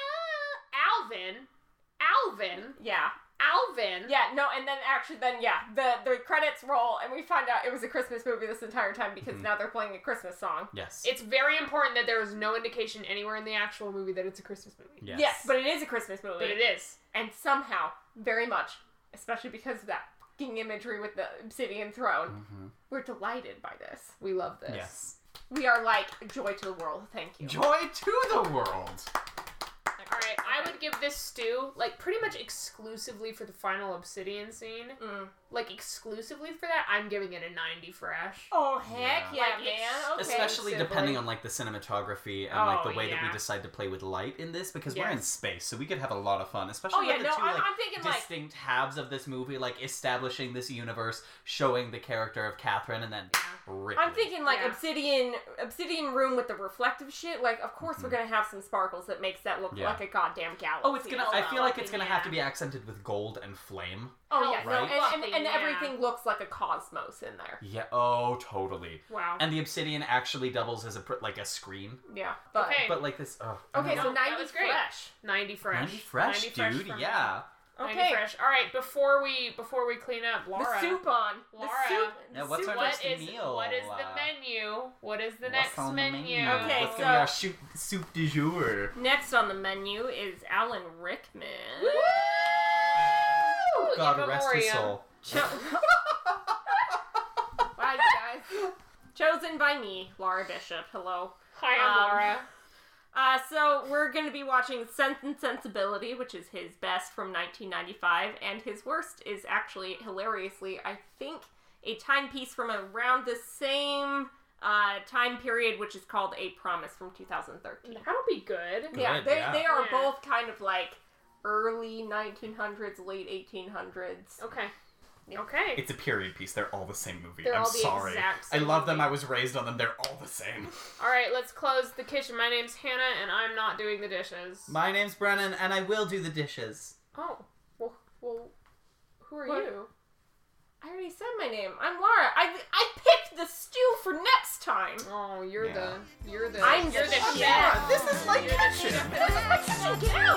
Speaker 1: Alvin. Alvin.
Speaker 6: Yeah,
Speaker 1: Alvin.
Speaker 6: yeah, no, and then actually, then yeah, the the credits roll, and we find out it was a Christmas movie this entire time because
Speaker 7: Mm-hmm.
Speaker 6: now they're playing a Christmas song.
Speaker 7: Yes.
Speaker 1: It's very important that there is no indication anywhere in the actual movie that it's a Christmas movie.
Speaker 7: yes.
Speaker 6: Yes, but it is a Christmas movie,
Speaker 1: But it is.
Speaker 6: and somehow, very much, especially because of that fucking imagery with the obsidian throne,
Speaker 7: Mm-hmm.
Speaker 6: we're delighted by this.
Speaker 1: We love this.
Speaker 7: yes.
Speaker 6: We are like joy to the world. Thank you.
Speaker 7: Joy to the world.
Speaker 1: All right, I would give this stew like pretty much exclusively for the final obsidian scene.
Speaker 6: Mm.
Speaker 1: Like exclusively for that, I'm giving it a 90 for Ash.
Speaker 6: Oh heck yeah,
Speaker 1: Like,
Speaker 6: man! Okay.
Speaker 7: Especially
Speaker 1: Sibling.
Speaker 7: depending on like the cinematography and like
Speaker 1: Oh,
Speaker 7: the way that
Speaker 1: yeah.
Speaker 7: we decide to play with light in this because we're
Speaker 1: Yes.
Speaker 7: in space, so we could have a lot of fun. Especially
Speaker 6: Oh yeah,
Speaker 7: with the
Speaker 6: no,
Speaker 7: 2
Speaker 6: I'm,
Speaker 7: like,
Speaker 6: I'm thinking like
Speaker 7: distinct halves of this movie, like establishing this universe, showing the character of Catherine, and then Ripley.
Speaker 6: I'm thinking like
Speaker 1: Yeah.
Speaker 6: obsidian obsidian room with the reflective shit. Like, of course we're gonna have some sparkles that makes that look
Speaker 7: Mm-hmm. Yeah.
Speaker 6: like a goddamn galaxy.
Speaker 7: Oh, it's gonna. I feel like it's gonna have to
Speaker 1: yeah.
Speaker 7: be accented with gold and flame.
Speaker 6: Oh yeah,
Speaker 7: Right?
Speaker 6: no, and, and,
Speaker 1: Fucking
Speaker 6: and
Speaker 1: yeah.
Speaker 6: everything looks like a cosmos in there.
Speaker 7: Yeah. Oh, totally.
Speaker 1: Wow.
Speaker 7: And the obsidian actually doubles as a pr- like a screen,
Speaker 6: Yeah, but
Speaker 1: Okay.
Speaker 7: but like this. Oh, I
Speaker 6: okay,
Speaker 7: don't know.
Speaker 6: so
Speaker 1: No, that
Speaker 6: ninety
Speaker 1: was great.
Speaker 6: fresh.
Speaker 1: 90 fresh.
Speaker 7: 90 fresh, dude.
Speaker 1: for me.
Speaker 7: yeah.
Speaker 1: 90
Speaker 6: Okay.
Speaker 1: fresh. All right, before we before we clean up,
Speaker 6: The
Speaker 1: Laura.
Speaker 6: soup on
Speaker 1: Laura.
Speaker 6: the soup.
Speaker 7: Now,
Speaker 6: the
Speaker 7: what's
Speaker 6: soup
Speaker 7: our
Speaker 6: on-
Speaker 1: What
Speaker 7: Just a
Speaker 1: is
Speaker 7: meal,
Speaker 1: what is the
Speaker 7: uh,
Speaker 1: menu? What is the
Speaker 7: What's
Speaker 1: next
Speaker 7: on the
Speaker 1: menu?
Speaker 6: Okay,
Speaker 7: What's
Speaker 6: so-
Speaker 7: gonna be our soup, soup du jour?
Speaker 6: Next on the menu is Alan Rickman.
Speaker 1: Ooh,
Speaker 7: God
Speaker 1: in
Speaker 7: rest his
Speaker 1: memoriam.
Speaker 7: soul.
Speaker 6: Cho- wow, you guys. Chosen by me, Laura Bishop. Hello.
Speaker 1: Hi, I'm
Speaker 6: Um,
Speaker 1: Laura.
Speaker 6: Uh, so we're going to be watching Sense and Sensibility, which is his best from 1995, and his worst is actually hilariously, I think, a timepiece from around the same uh, time period, which is called A Promise from 2013.
Speaker 1: That'll be good.
Speaker 6: yeah,
Speaker 7: Good,
Speaker 6: they
Speaker 7: yeah.
Speaker 6: they are
Speaker 1: Yeah.
Speaker 6: both kind of like early 1900s, late 1800s.
Speaker 1: Okay. Okay.
Speaker 7: It's a period piece. They're all the same movie.
Speaker 1: They're
Speaker 7: I'm
Speaker 1: all the
Speaker 7: sorry.
Speaker 1: exact
Speaker 7: I
Speaker 1: same
Speaker 7: love them.
Speaker 1: movie.
Speaker 7: I was raised on them. They're all the same.
Speaker 1: All right, let's close the kitchen. My name's Hannah, and I'm not doing the dishes.
Speaker 7: My name's Brennan, and I will do the dishes.
Speaker 1: oh, well, well, who are
Speaker 6: What?
Speaker 1: you?
Speaker 6: I already said my name. I'm Laura. I I picked the stew for next time.
Speaker 1: Oh, you're
Speaker 7: Yeah.
Speaker 1: the you're the
Speaker 6: I'm
Speaker 1: you're
Speaker 6: the
Speaker 1: the
Speaker 6: chef.
Speaker 1: chef.
Speaker 7: This is my kitchen.
Speaker 6: This is my kitchen. Get out.